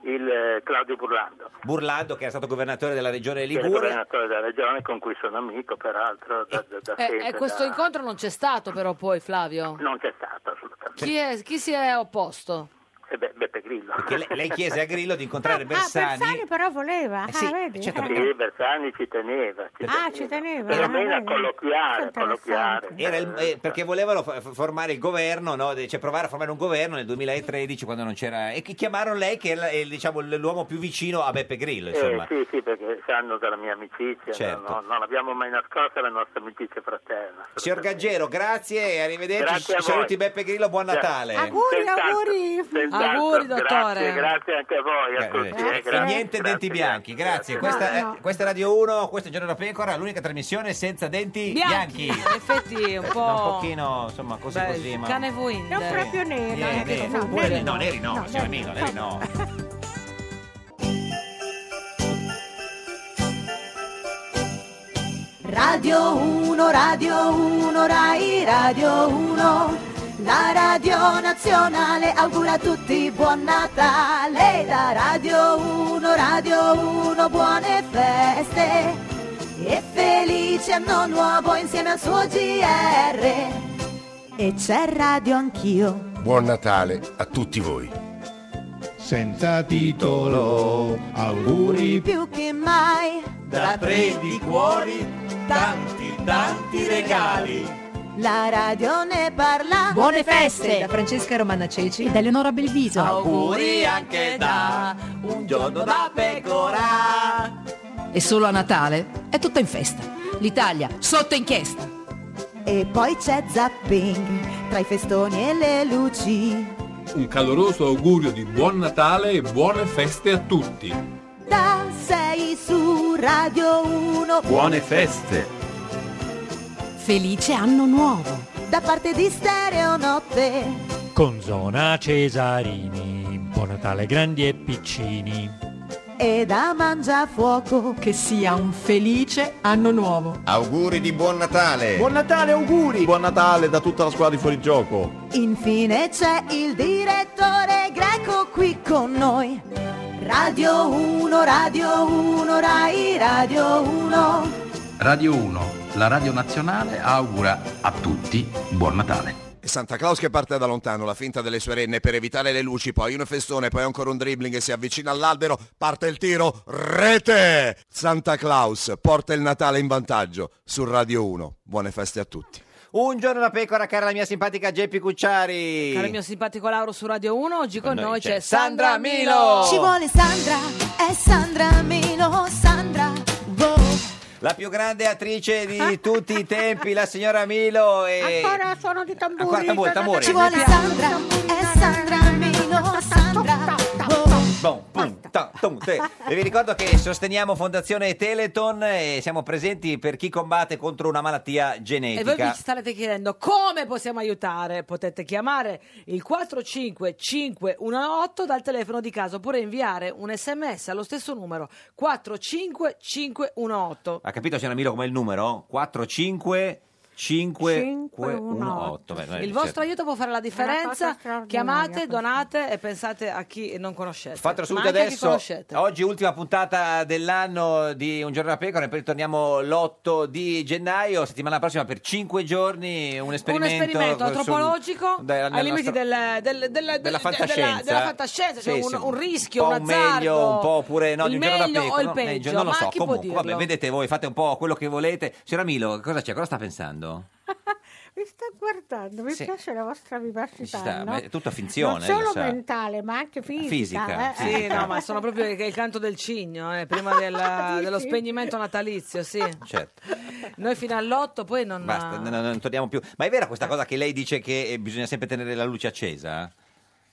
il eh, Claudio Burlando.
Burlando, che era stato governatore della regione
Che è il
Liguria.
governatore della regione con cui sono amico, peraltro, da, da- da
Eh,
sempre.
e questo
da-
incontro non c'è stato però poi, Flavio.
Non c'è stato assolutamente.
Chi, è- chi si è opposto?
E Be- Beppe Grillo.
Perché lei, lei chiese a Grillo di incontrare
Bersani,
Bersani.
Ah, però voleva.
Eh sì,
ah, vedi?
certo,
Eh.
Sì, Bersani ci teneva. Ci
Ah, ci teneva.
Per
ah,
me era
vedi?
colloquiare, colloquiare.
Era il- eh, perché volevano fa- formare il governo, no? De- cioè provare a formare un governo nel 2013 quando non c'era. E chi chiamarono lei, che è, la- è, diciamo, l- l'uomo più vicino a Beppe Grillo.
Eh,
Insomma.
sì, sì, perché sanno della mia amicizia,
Certo.
no- no- non abbiamo mai nascosta la nostra amicizia fraterna.
Signor Gaggero, grazie e arrivederci.
Grazie a voi.
Saluti Beppe Grillo, buon
Grazie.
Natale.
auguri.
Cioè, Senz'altro,
Auguri, dottore.
Grazie, grazie anche a voi, a tutti. eh,
E
grazie.
niente denti bianchi, grazie. Questa, è- questa è Radio 1, questo è Giorno da Pecora, l'unica trasmissione senza denti bianchi.
Bianchi, in effetti è un
No, un
po'...
pochino, insomma, così
Beh,
così. Ma...
cane Winder.
Non proprio nero.
Eh,
ecco,
neri,
no,
pure-
neri
no, neri no, signor Milo, neri no.
Radio 1, Radio 1, Rai Radio 1. La radio nazionale augura a tutti buon Natale. Da Radio 1, Radio 1, buone feste. E felice anno nuovo insieme al suo GR. E c'è radio anch'io.
Buon Natale a tutti voi.
Senza titolo, auguri
Più che mai.
da tre di cuori, tanti tanti regali.
La radio ne parla.
Buone feste!
Da Francesca Romana Ceci e da Eleonora Belviso.
Auguri anche da
un giorno da pecora.
E solo a Natale è tutta in festa. L'Italia sotto inchiesta.
E poi c'è Zapping tra i festoni e le luci.
Un caloroso augurio di buon Natale e buone feste a tutti.
Da 6 su Radio 1.
feste!
Felice anno nuovo. Da parte di Stereo Notte.
Con Zona Cesarini, buon Natale grandi e piccini.
E da Mangiafuoco. Che sia un felice anno nuovo.
Auguri di buon Natale!
Buon
Natale, auguri! Buon Natale da tutta la squadra di fuorigioco!
Infine c'è il direttore greco qui con noi. Radio 1, Radio 1, Rai Radio 1.
Radio 1, la radio nazionale, augura a tutti buon Natale.
Santa Claus che parte da lontano, la finta delle sue renne per evitare le luci, poi un festone, poi ancora un dribbling e si avvicina all'albero, parte il tiro, rete! Santa Claus porta il Natale in vantaggio su Radio 1. Buone feste a tutti.
Un giorno da pecora, cara la mia simpatica Geppi Cucciari.
Caro il mio simpatico Lauro su Radio 1, oggi con,
noi
noi
c'è
c'è
Sandra
Sandra
Milo.
Milo.
Ci vuole
Sandra, è Sandra Milo, Sandra.
La più grande attrice
Ah.
di tutti i tempi, la signora Milo. E...
Ancora suono di tamburi.
Eh. Ancora tamburi, tamburi.
Ci vuole Sandra, è Sandra Milo, Sandra.
Bon, pum, ta, tum, te. E vi ricordo che sosteniamo Fondazione Teleton e siamo presenti per chi combatte contro una malattia
E voi vi
genetica.
starete chiedendo come possiamo aiutare? Potete chiamare il 45518 dal telefono di casa oppure inviare un sms allo stesso numero 45518.
Ha capito, signora Milo, com'è il numero? 45 518.
Il vostro aiuto può fare la differenza. Chiamate, donate e pensate a chi non conoscete.
Fatelo subito
Eh, Ma anche a chi
adesso.
conoscete.
Oggi ultima puntata dell'anno di Un giorno da pecora, e poi ritorniamo l'8 di gennaio, settimana prossima per 5 giorni un
Un
esperimento,
esperimento
sul-
antropologico
della-
ai limiti del- del-
nostra-
del- del-
della
della
fantascienza.
della fantascienza, cioè
Sì,
un,
sì,
un rischio,
po'
un
un meglio,
azzardo,
un po' oppure no, di
il
un giorno da
meglio o
pecora,
il
no,
peggio,
non lo
ma
so,
chi
comunque
può dirlo?
vabbè, vedete voi, fate un po' quello che volete. Signora Milo, cosa c'è? Cosa sta pensando?
Mi sta guardando, mi
Sì.
piace la vostra vivacità.
Ci sta,
no?
ma è tutta finzione,
Non
lei
solo
lo sa.
mentale, ma anche fisica.
Fisica,
eh.
Sì, no, ma sono proprio il il canto del cigno, eh, prima della- dello spegnimento natalizio, sì.
Certo,
Noi fino all'otto poi non...
basta, no, no, non torniamo più. Ma è vera questa cosa che lei dice che eh, bisogna sempre tenere la luce accesa?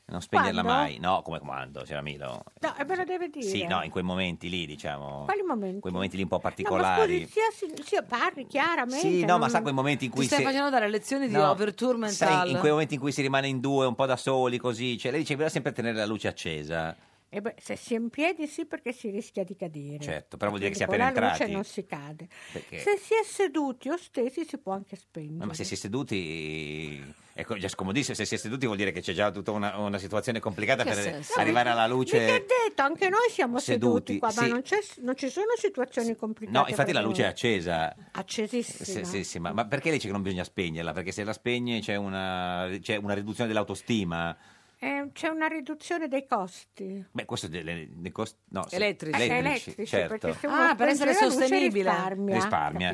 Non spegnerla
Quando?
mai? No, come quando, signora Milo?
No, e me lo deve dire.
Sì, no, in quei momenti lì, diciamo.
eh. Quali momenti?
Quei momenti lì un po'
No, ma
particolari.
scusi, sia, si- sia parli chiaramente.
Sì, no, ma
cioè non-
sa quei momenti in
Ti
cui
stai
si...
facendo dare lezioni di
No,
overture
Sai,
mentale.
in quei momenti in cui si rimane in due, un po' da soli, così. Cioè, lei dice, bisogna sempre tenere la luce accesa.
Eh beh, se si è in piedi sì perché si rischia di cadere.
Certo, però vuol dire che si è
Con
appena
la luce
entrati.
non si cade.
Perché-
Se si è seduti o stesi si può anche
No,
spegnere.
ma se si è seduti... Ecco, già scomodissimo. Se si è seduti vuol dire che c'è già tutta una, una situazione complicata
Che
per
senso?
arrivare alla luce...
Mica detto, anche noi siamo
Seduti,
seduti, qua,
sì.
ma non, c'è- non ci sono situazioni complicate.
No, infatti
per
la luce è
noi.
accesa.
accesissima.
Sì, sì, sì, ma, ma perché lei dice che non bisogna spegnerla? Perché se la spegne c'è una, c'è una riduzione dell'autostima.
Eh, c'è una riduzione dei costi.
Beh, questo delle, dei cost- no, sì.
Elettrici. Eh, elettrici,
certo.
perché se uno
Ah, per essere
appoggia la luce
sostenibile.
risparmia.
Risparmia,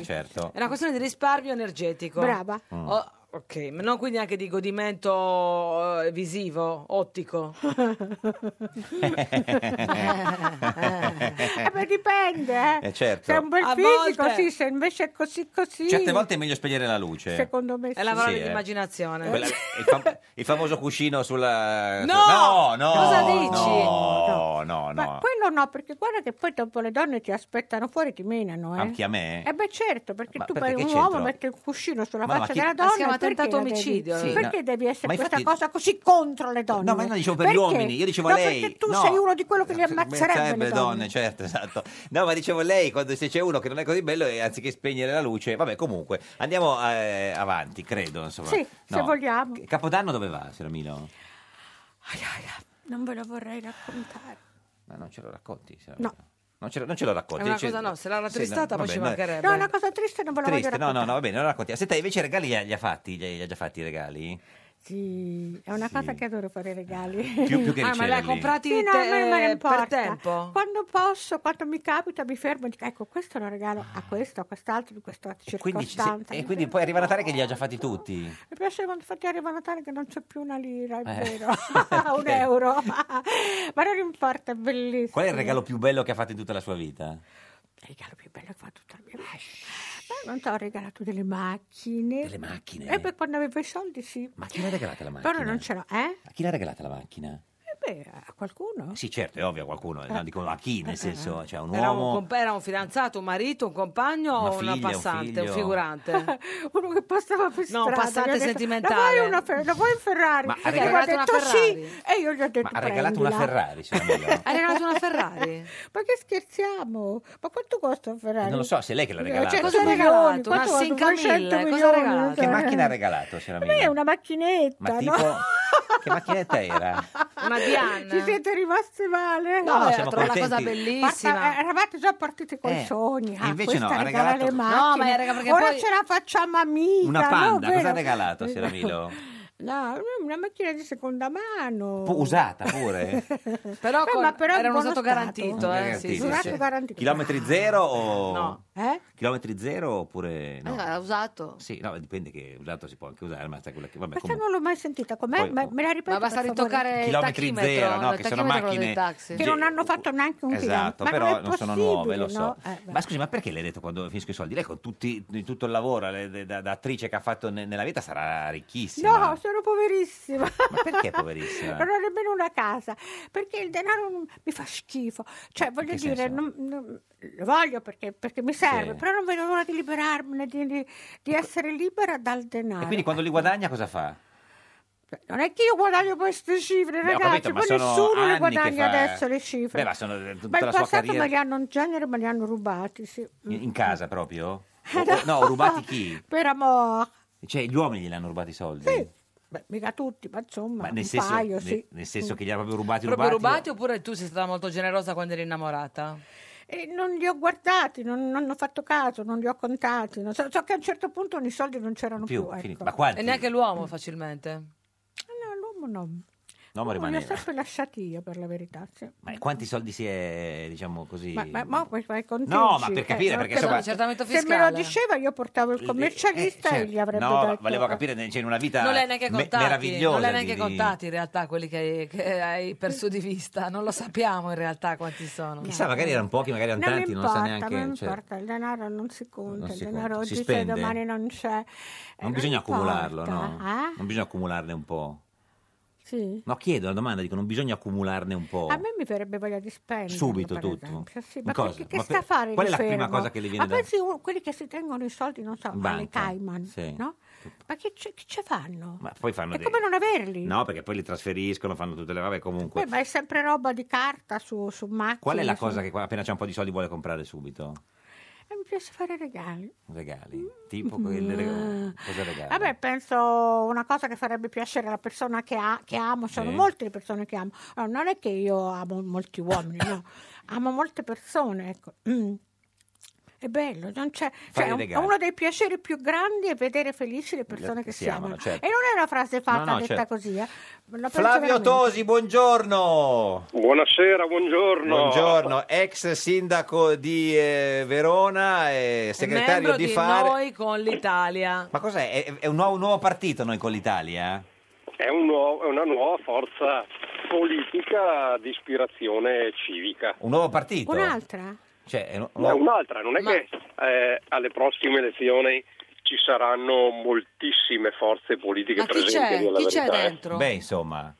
certo.
È una questione di risparmio energetico.
Brava.
Mm.
Oh, ok, ma non quindi anche di godimento eh, visivo, ottico.
Eh, beh, dipende, eh.
Eh, certo.
Se è un bel
A
fisico,
volte-
sì, se invece è così così.
Certe volte è meglio spegnere la luce.
Secondo me
È la parola
Sì,
di
eh.
immaginazione.
Quella- il, fam- il famoso cuscino sulla...
No!
No, no,
Cosa dici?
No, no, no.
Ma quello no, perché guarda che poi dopo le donne ti aspettano fuori e ti menano, eh.
Anche a me?
Eh beh certo, perché
Ma
tu
perché
poi un
che
uomo
c'entro?
mette il cuscino sulla
Ma no, ma
faccia
chi-
della
Ma
donna.
si chiama
perché
tentato
la devi-
omicidio,
Perché,
eh. Sì, no.
devi essere
Ma
questa
infatti-
cosa così contro le donne?
No, ma io non dicevo per gli
Perché?
uomini, io dicevo
No,
lei.
Perché tu
No.
sei uno di quello che li ammazzerebbe
Sarebbe
le donne.
certo, esatto. No, ma dicevo lei, quando se c'è uno che non è così bello, e anziché spegnere la luce, vabbè, comunque, andiamo eh, avanti, credo, insomma.
Sì, se
No.
vogliamo.
Capodanno dove va, signor Milo?
Non ve lo vorrei raccontare.
Ma non ce lo racconti, signor
No.
Milo. Non ce lo, non ce lo racconti.
È una
Dice-
cosa, no, se l'ha
Sì,
rattristata poi
vabbè,
ci
no.
mancherebbe.
No, è una cosa triste, non ve la voglio
Triste, no,
raccontare.
no, no, va bene, non raccontiamo. Senta, invece i regali li ha, li ha fatti? Li ha, li ha già fatti i regali?
Sì, è una cosa che adoro fare i regali.
Più- più che Ah, ma riceverli. li hai
comprati
sì, no, a me non me ne
te- eh, per
importa.
tempo?
Quando posso, quando mi capita, mi fermo e dico, ecco, questo lo regalo a questo, a quest'altro, di questa
Quindi, ci- se-
circostanza.
Ah. e quindi poi arriva Natale che li ha già fatti tutti?
Mi piace quando fatti arriva Natale che non c'è più una lira, è
Eh.
vero, un euro. ma non importa, è bellissimo.
Qual è il regalo più bello che ha fatto in tutta la sua vita?
Beh, non ti ho regalato delle macchine.
Delle macchine?
E poi quando avevo i soldi sì.
Ma chi l'ha regalata la macchina?
Però non ce l'ho, eh?
A chi l'ha regalata la macchina?
Eh beh, a qualcuno?
Sì, certo, è ovvio a qualcuno, no, dico a chi, nel senso, cioè un
Era un,
uomo...
comp- era un fidanzato, un marito, un compagno
Una
o una
figlia, un
passante, un,
figlio?
figurante?
Uno che passava per
No,
strada.
un
gli
passante
ho detto,
sentimentale.
La vuoi, una Fer- la vuoi un Ferrari?
Ma ha
E lui
regalato
ha
una
detto sì. E io gli ho detto
Ma ha regalato una
"Prendila".
Ferrari, signora Milo?
Ha regalato una Ferrari?
Ma che scherziamo? Ma quanto costa un Ferrari?
Non lo so, se è lei che l'ha
Eh,
regalata.
100
Cosa ha
milioni,
regalato?
quanto
Una
costa?
Sinca
200
mille, cosa ha
milioni,
regalato?
non so.
Che macchina ha regalato, signora
Ma è
Milo?
una macchinetta,
Ma
no?
tipo... che macchinetta era?
Una Diana?
Ci siete rimasti male?
No, no, siamo
trovo una cosa
contenti.
bellissima.
Guarda, eh, eravate già partiti con
Eh,
sogni. Ah,
invece no,
questa
ha
regala
regalato-
le
No,
macchine.
ma è regala- perché
Ora
poi-
ce la facciamo amica.
Una panda,
no,
cosa ha
vero?
regalato, signora Milo?
No, una macchina di seconda mano.
Pu- Usata pure?
Però,
Beh,
con-
ma però
era
in
un
buono stato.
usato garantito, eh? Sì, sì,
Usato
sì.
garantito.
Chilometri zero o...
No.
Eh?
Chilometri zero oppure no?
Eh, l'ha
boh.
usato.
Sì, no, dipende che usato si può anche usare, ma sta quella che... Vabbè,
Questa
comunque.
non l'ho mai sentita. Com'è?
Poi- oh.
Ma me la ripeto.
Ma basta
per favore.
ritoccare il
Chilometri
tachimetro,
zero, no,
il
che sono
tachimetro quello dei
macchine-
taxi.
Che non hanno fatto neanche un chilometro.
Esatto,
Ma
però
è
non sono nuove, lo so.
possibile, no? Eh, beh.
ma scusi, ma perché le ha detto quando finisco i soldi? Lei con tutti, di tutto il lavoro le- de- da, da attrice che ha fatto ne- nella vita sarà ricchissima.
No, sono poverissima.
Ma perché poverissima?
non ho nemmeno una casa perché il denaro non- mi fa schifo cioè voglio
Eh, che
dire
senso?
non- non- lo voglio perché, perché mi serve
Sì. Ecco.
però non vedo l'ora di liberarmene di, di- di essere libera dal denaro
E quindi quando li guadagna cosa fa?
non è che io guadagno queste cifre
Beh, ho
ragazzi
capito, ma
poi
sono
nessuno
anni
le
che
guadagna
fa- eh.
adesso le cifre
Beh, ma sono eh, tutta
Ma in
la sua
passato
carriera
me li hanno in genere me li hanno rubati sì.
in, in casa proprio? O- o- no, rubati chi?
per amore
Cioè, gli uomini gliel'hanno rubati i soldi?
Beh, mica tutti ma insomma
Ma
un
nel senso,
paio
ne-
sì
nel senso che gli ha proprio rubati
Proprio
rubati?
rubati oppure tu sei stata molto generosa quando eri innamorata?
E non li ho guardati, non, non ho fatto caso, non li ho contati. Non so, so che a un certo punto i soldi non c'erano più.
Più,
ecco. Eh,
finito. Ma quanti? Eh,
E neanche l'uomo facilmente.
No, l'uomo no.
No, ma
L'uomo li ho
rimaneva.
sempre lasciati io, per la verità. sì.
Ma e quanti soldi si è, diciamo così...
Ma, ma, ma poi fai i conteggi,
No, ma per capire,
no?
perché
Se-
insomma-
Accertamento
Se me lo
fiscale.
diceva io portavo il commercialista
Eh, certo.
e gli avrebbe
no,
detto...
volevo capire cioè, in una vita
Non li hai neanche
me-
contati,
meravigliosa
non li hai
di-
neanche
di-
contati in realtà quelli che hai, che hai perso di vista, non lo sappiamo in realtà quanti sono.
chissà magari erano pochi magari erano
Non mi
tanti non sa
importa,
neanche
non
cioè,
importa, il denaro non si conta,
Non si
il denaro
conta, si
oggi c'è,
spende.
domani non c'è. Eh,
non bisogna
importa,
accumularlo no?
eh?
non bisogna accumularne un po'
Sì.
no chiedo una domanda dico non bisogna accumularne un po'
A me mi verrebbe voglia di spendere.
Oh. Subito
per
tutto?
esempio. Sì,
Ma
ma
cosa?
perché- che
Ma
sta a
per-
fare
qual è
lì
la prima
fermo?
cosa che le viene
Ma
da-
pensi uno- quelli che si tengono i soldi, non so, alle
Banca,
Cayman,
sì.
no? Ma che ce, che ce fanno?
ma poi fanno
È
dei...
come non averli?
no perché poi li trasferiscono fanno tutte le vabbè comunque
Beh, ma è sempre roba di carta su, su macchine.
qual è la
su-
cosa che appena c'è un po' di soldi vuole comprare subito
Eh, mi piace fare regali.
regali tipo quel reg- cosa regali
Vabbè, penso una cosa che farebbe piacere alla persona che, ha- che amo, sono
Sì.
molte le persone che amo. Allora, non è che io amo molti uomini, no, amo molte persone, ecco. Mm. È bello, non c'è,
Fare
cioè,
i
un-
regali.
uno dei piaceri più grandi è vedere felici le persone che si, amano.
certo.
E non è una frase fatta
No, no,
detta
certo.
così. eh. La penso
Flavio
veramente.
Tosi, buongiorno.
Buonasera, buongiorno.
Buongiorno, ex sindaco di eh, Verona, eh, segretario
Membro
di,
di
Fare.
noi con l'Italia.
Ma cos'è? È, è un, nuovo, un nuovo partito noi con l'Italia? eh?
È, un nuovo- è una nuova forza politica di ispirazione civica.
Un nuovo partito?
Un'altra?
Cioè, è un-
Ma è un'altra, non è che eh, alle prossime elezioni ci saranno moltissime forze politiche presenti nella verità. eh.
Beh, insomma.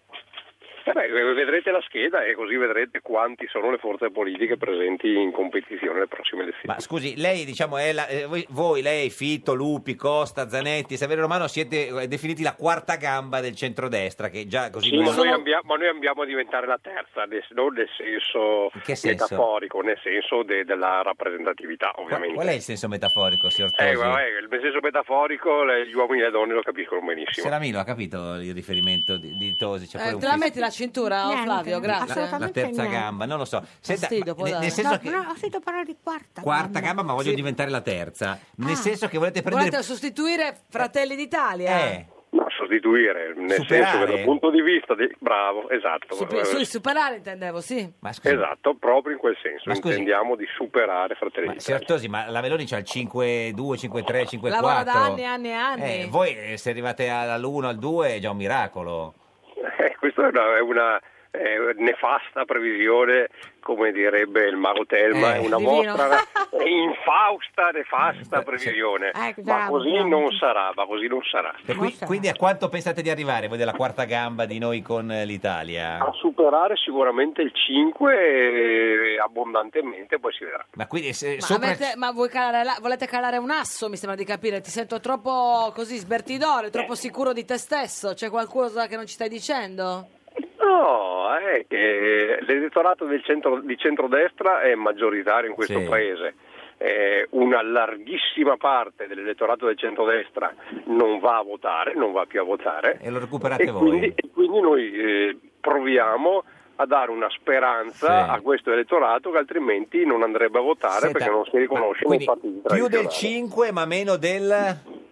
Eh beh, vedrete la scheda e così vedrete quanti sono le forze politiche presenti in competizione alle prossime elezioni.
Ma scusi, lei diciamo è la- eh, voi, voi, lei, Fitto, Lupi, Costa, Zanetti, Saverio Romano siete eh, definiti la quarta gamba del centrodestra che già così
Sì,
non-
ma, noi ambia- ma noi ambiamo a diventare la terza, nel- non nel senso,
che senso?
metaforico, nel senso de- della rappresentatività, ovviamente.
Qual è il senso metaforico, signor Tosi?
Eh, ma, eh, nel senso metaforico le- gli uomini e le donne lo capiscono benissimo.
Seramilo ha capito il riferimento di, di Tosi? C'è poi
Eh,
un
te la
fis-
metti la cintura, oh,
Niente,
Flavio? Grazie.
la, la terza gamba, non lo so. Senta,
Fastidio,
ma-
può
ne-
dare.
nel senso
No,
che,
no, ho sentito parlare di quarta.
quarta gamba, ma voglio diventare la
Ah.
terza. Nel senso che volete prendere...
Volete sostituire Fratelli d'Italia?
Eh,
Ma sostituire, nel
Superare?
senso che dal punto di vista di... Bravo, esatto.
Super- su- superare intendevo, sì.
Esatto, proprio in quel senso.
Ma scusi.
Intendiamo di superare Fratelli
ma,
d'Italia.
signor Tosi, ma la Meloni c'ha il 5-2, 5-3, 5-4.
Lavora da anni, anni e anni.
Eh, voi eh, se arrivate all'1, al 2 è già un miracolo.
Eh, questa è una, è una, eh, nefasta previsione, come direbbe il mago Telma,
Eh,
è una
divino.
vostra infausta, nefasta
Eh,
previsione.
Ecco,
Ma
bravo,
così
bravo.
non sarà, ma così non sarà.
E qui- quindi a quanto pensate di arrivare voi della quarta gamba di noi con eh, l'Italia?
A superare sicuramente il 5 eh, abbondantemente, poi si vedrà.
Ma quindi se-
Ma,
sopra...
avete- ma vuoi calare la- volete calare un asso, mi sembra di capire. Ti sento troppo così sbertidore, troppo sicuro di te stesso. C'è qualcosa che non ci stai dicendo?
No, è che l'elettorato del centro- di centrodestra è maggioritario in questo
Sì.
paese. Eh, una larghissima parte dell'elettorato del centrodestra non va a votare, non va più a votare.
E lo recuperate
E
voi.
quindi, e quindi noi eh, proviamo a dare una speranza
Sì.
a questo elettorato che altrimenti non andrebbe a votare
Senta,
perché non si riconosce
quindi
nei partiti
più del
tradizionali.
5 ma meno del...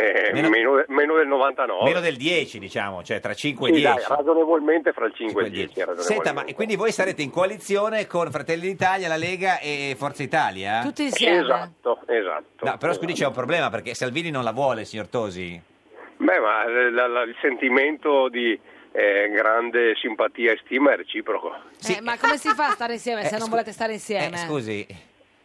Eh, meno, de- meno del 99.
Meno del 10 diciamo, cioè tra 5 e
Sì,
10.
dai, ragionevolmente fra il 5 e il 10.
Senta, ma
ragionevolmente.
e quindi voi sarete in coalizione con Fratelli d'Italia, la Lega e Forza Italia?
Tutti insieme.
Esatto, esatto.
No, però scusi c'è un problema perché Salvini non la vuole, signor Tosi.
Beh, ma eh, la- la- il sentimento di eh, grande simpatia e stima è reciproco.
Eh, ma come si fa a stare insieme se non volete stare insieme?
Eh, Scusi,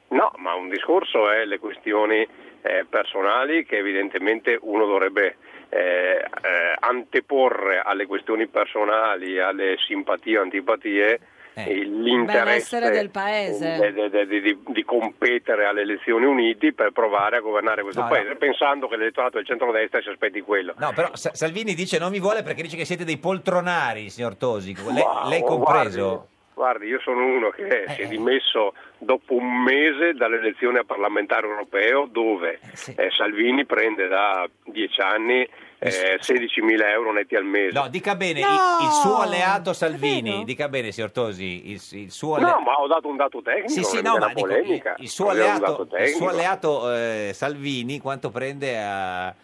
No, ma un discorso è le questioni eh, personali che evidentemente uno dovrebbe eh, eh, anteporre alle questioni personali, alle simpatie o antipatie.
Eh.
il- L'interesse eh,
Benessere del paese.
de- de- de- di, di competere alle elezioni uniti per provare a governare questo
No,
paese,
no.
pensando che l'elettorato del centrodestra si aspetti quello.
No, però Sa- Salvini dice non mi vuole perché dice che siete dei poltronari, signor Tosi. Lei,
Wow, oh,
lei compreso. Eh,
Guardi, guardi, io sono uno che si è dimesso dopo un mese dall'elezione a parlamentare europeo dove eh, Salvini prende da dieci anni eh, 16.000 euro netti al mese.
No, dica bene, il- il, suo alleato Salvini, dica bene, signor Tosi, il, il suo
No,
alle-
ma ho dato un dato tecnico,
Sì, sì,
non è
no,
una
ma dico, il,
polemica.
il suo
Ho dato un
alleato,
dato
il suo
tecnico.
alleato, eh, Salvini quanto prende a...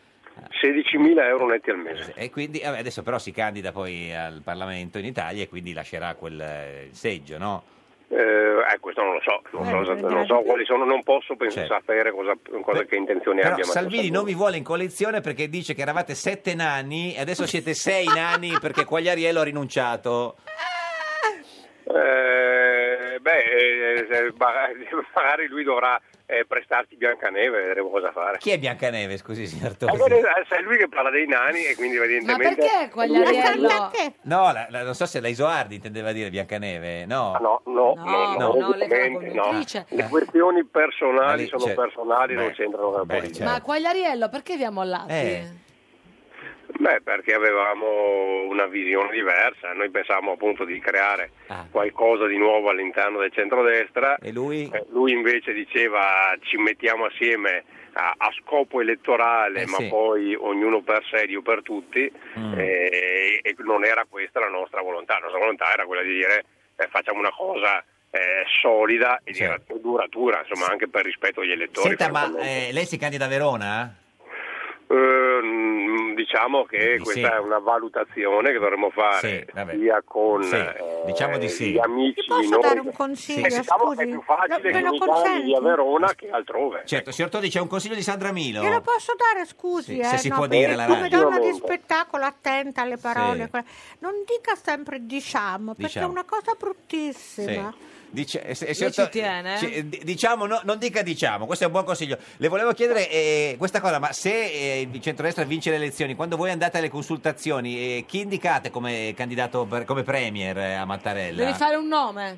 16.000 euro netti al mese.
E quindi vabbè, adesso però si candida poi al Parlamento in Italia e quindi lascerà quel eh, seggio, no?
Eh, eh, questo non lo so, non, so, esattamente- non so quali sono, non posso pens- sapere cosa, cosa- che intenzioni
Certo. Però
abbia. Matteo
Salvini non vi vuole in collezione perché dice che eravate sette nani e adesso siete sei nani perché Quagliariello ha rinunciato.
Eh, beh, eh, eh, ma- magari lui dovrà eh, prestarti Biancaneve, vedremo cosa fare.
Chi è Biancaneve, scusi signor
Eh,
Tosi?
beh, eh, È lui che parla dei nani e quindi
Ma
evidentemente...
perché Quagliariello?
No, la- la- non so se la Isoardi intendeva dire Biancaneve, no.
Ah, No, no,
no, no, lei fa la conduttrice.
Le questioni personali
lì,
sono
cioè,
personali, non
beh, certo.
c'entrano con la politica.
Ma Quagliariello, perché vi ha mollati?
Eh,
Beh, perché avevamo una visione diversa, noi pensavamo appunto di creare qualcosa di nuovo all'interno del centrodestra.
Ah.
Eh,
E lui?
lui invece diceva ci mettiamo assieme a, a scopo elettorale,
Eh,
ma
sì.
poi ognuno per sé, Dio per tutti,
Mm.
e, e non era questa la nostra volontà, la nostra volontà era quella di dire eh, facciamo una cosa eh, solida e di duratura, insomma, anche per rispetto agli elettori.
Certo. Senta, ma
francamente.
eh, lei si candida a Verona?
Ehm, diciamo che
Sì.
questa è una valutazione che dovremmo
Sì,
fare
vabbè.
sia con
Sì,
eh,
diciamo di sì.
gli amici
Ti posso
noi.
dare un consiglio?
Eh, diciamo
Scusi,
è più facile
Lo- me
che eh.
lo
mi candidi a
consenti?
Verona che altrove.
Certo, signor Todi, c'è un consiglio di Sandra Milo.
Glielo posso dare, scusi,
Sì,
eh,
se si
no,
può
perché
dire alla
come
radio.
donna di
Sicuramente.
spettacolo attenta alle parole,
Sì.
quella- non dica sempre diciamo, perché
Diciamo.
è una cosa bruttissima.
Dice, eh, se-
Lui
signor
ci
Todi-
tiene, eh?
ci- di- diciamo, no- non dica diciamo, questo è un buon consiglio. Le volevo chiedere eh, questa cosa, ma se eh, il centrodestra vince le elezioni, quando voi andate alle consultazioni, eh, chi indicate come candidato, per- come premier eh, a Mattarella?
Devi fare un nome.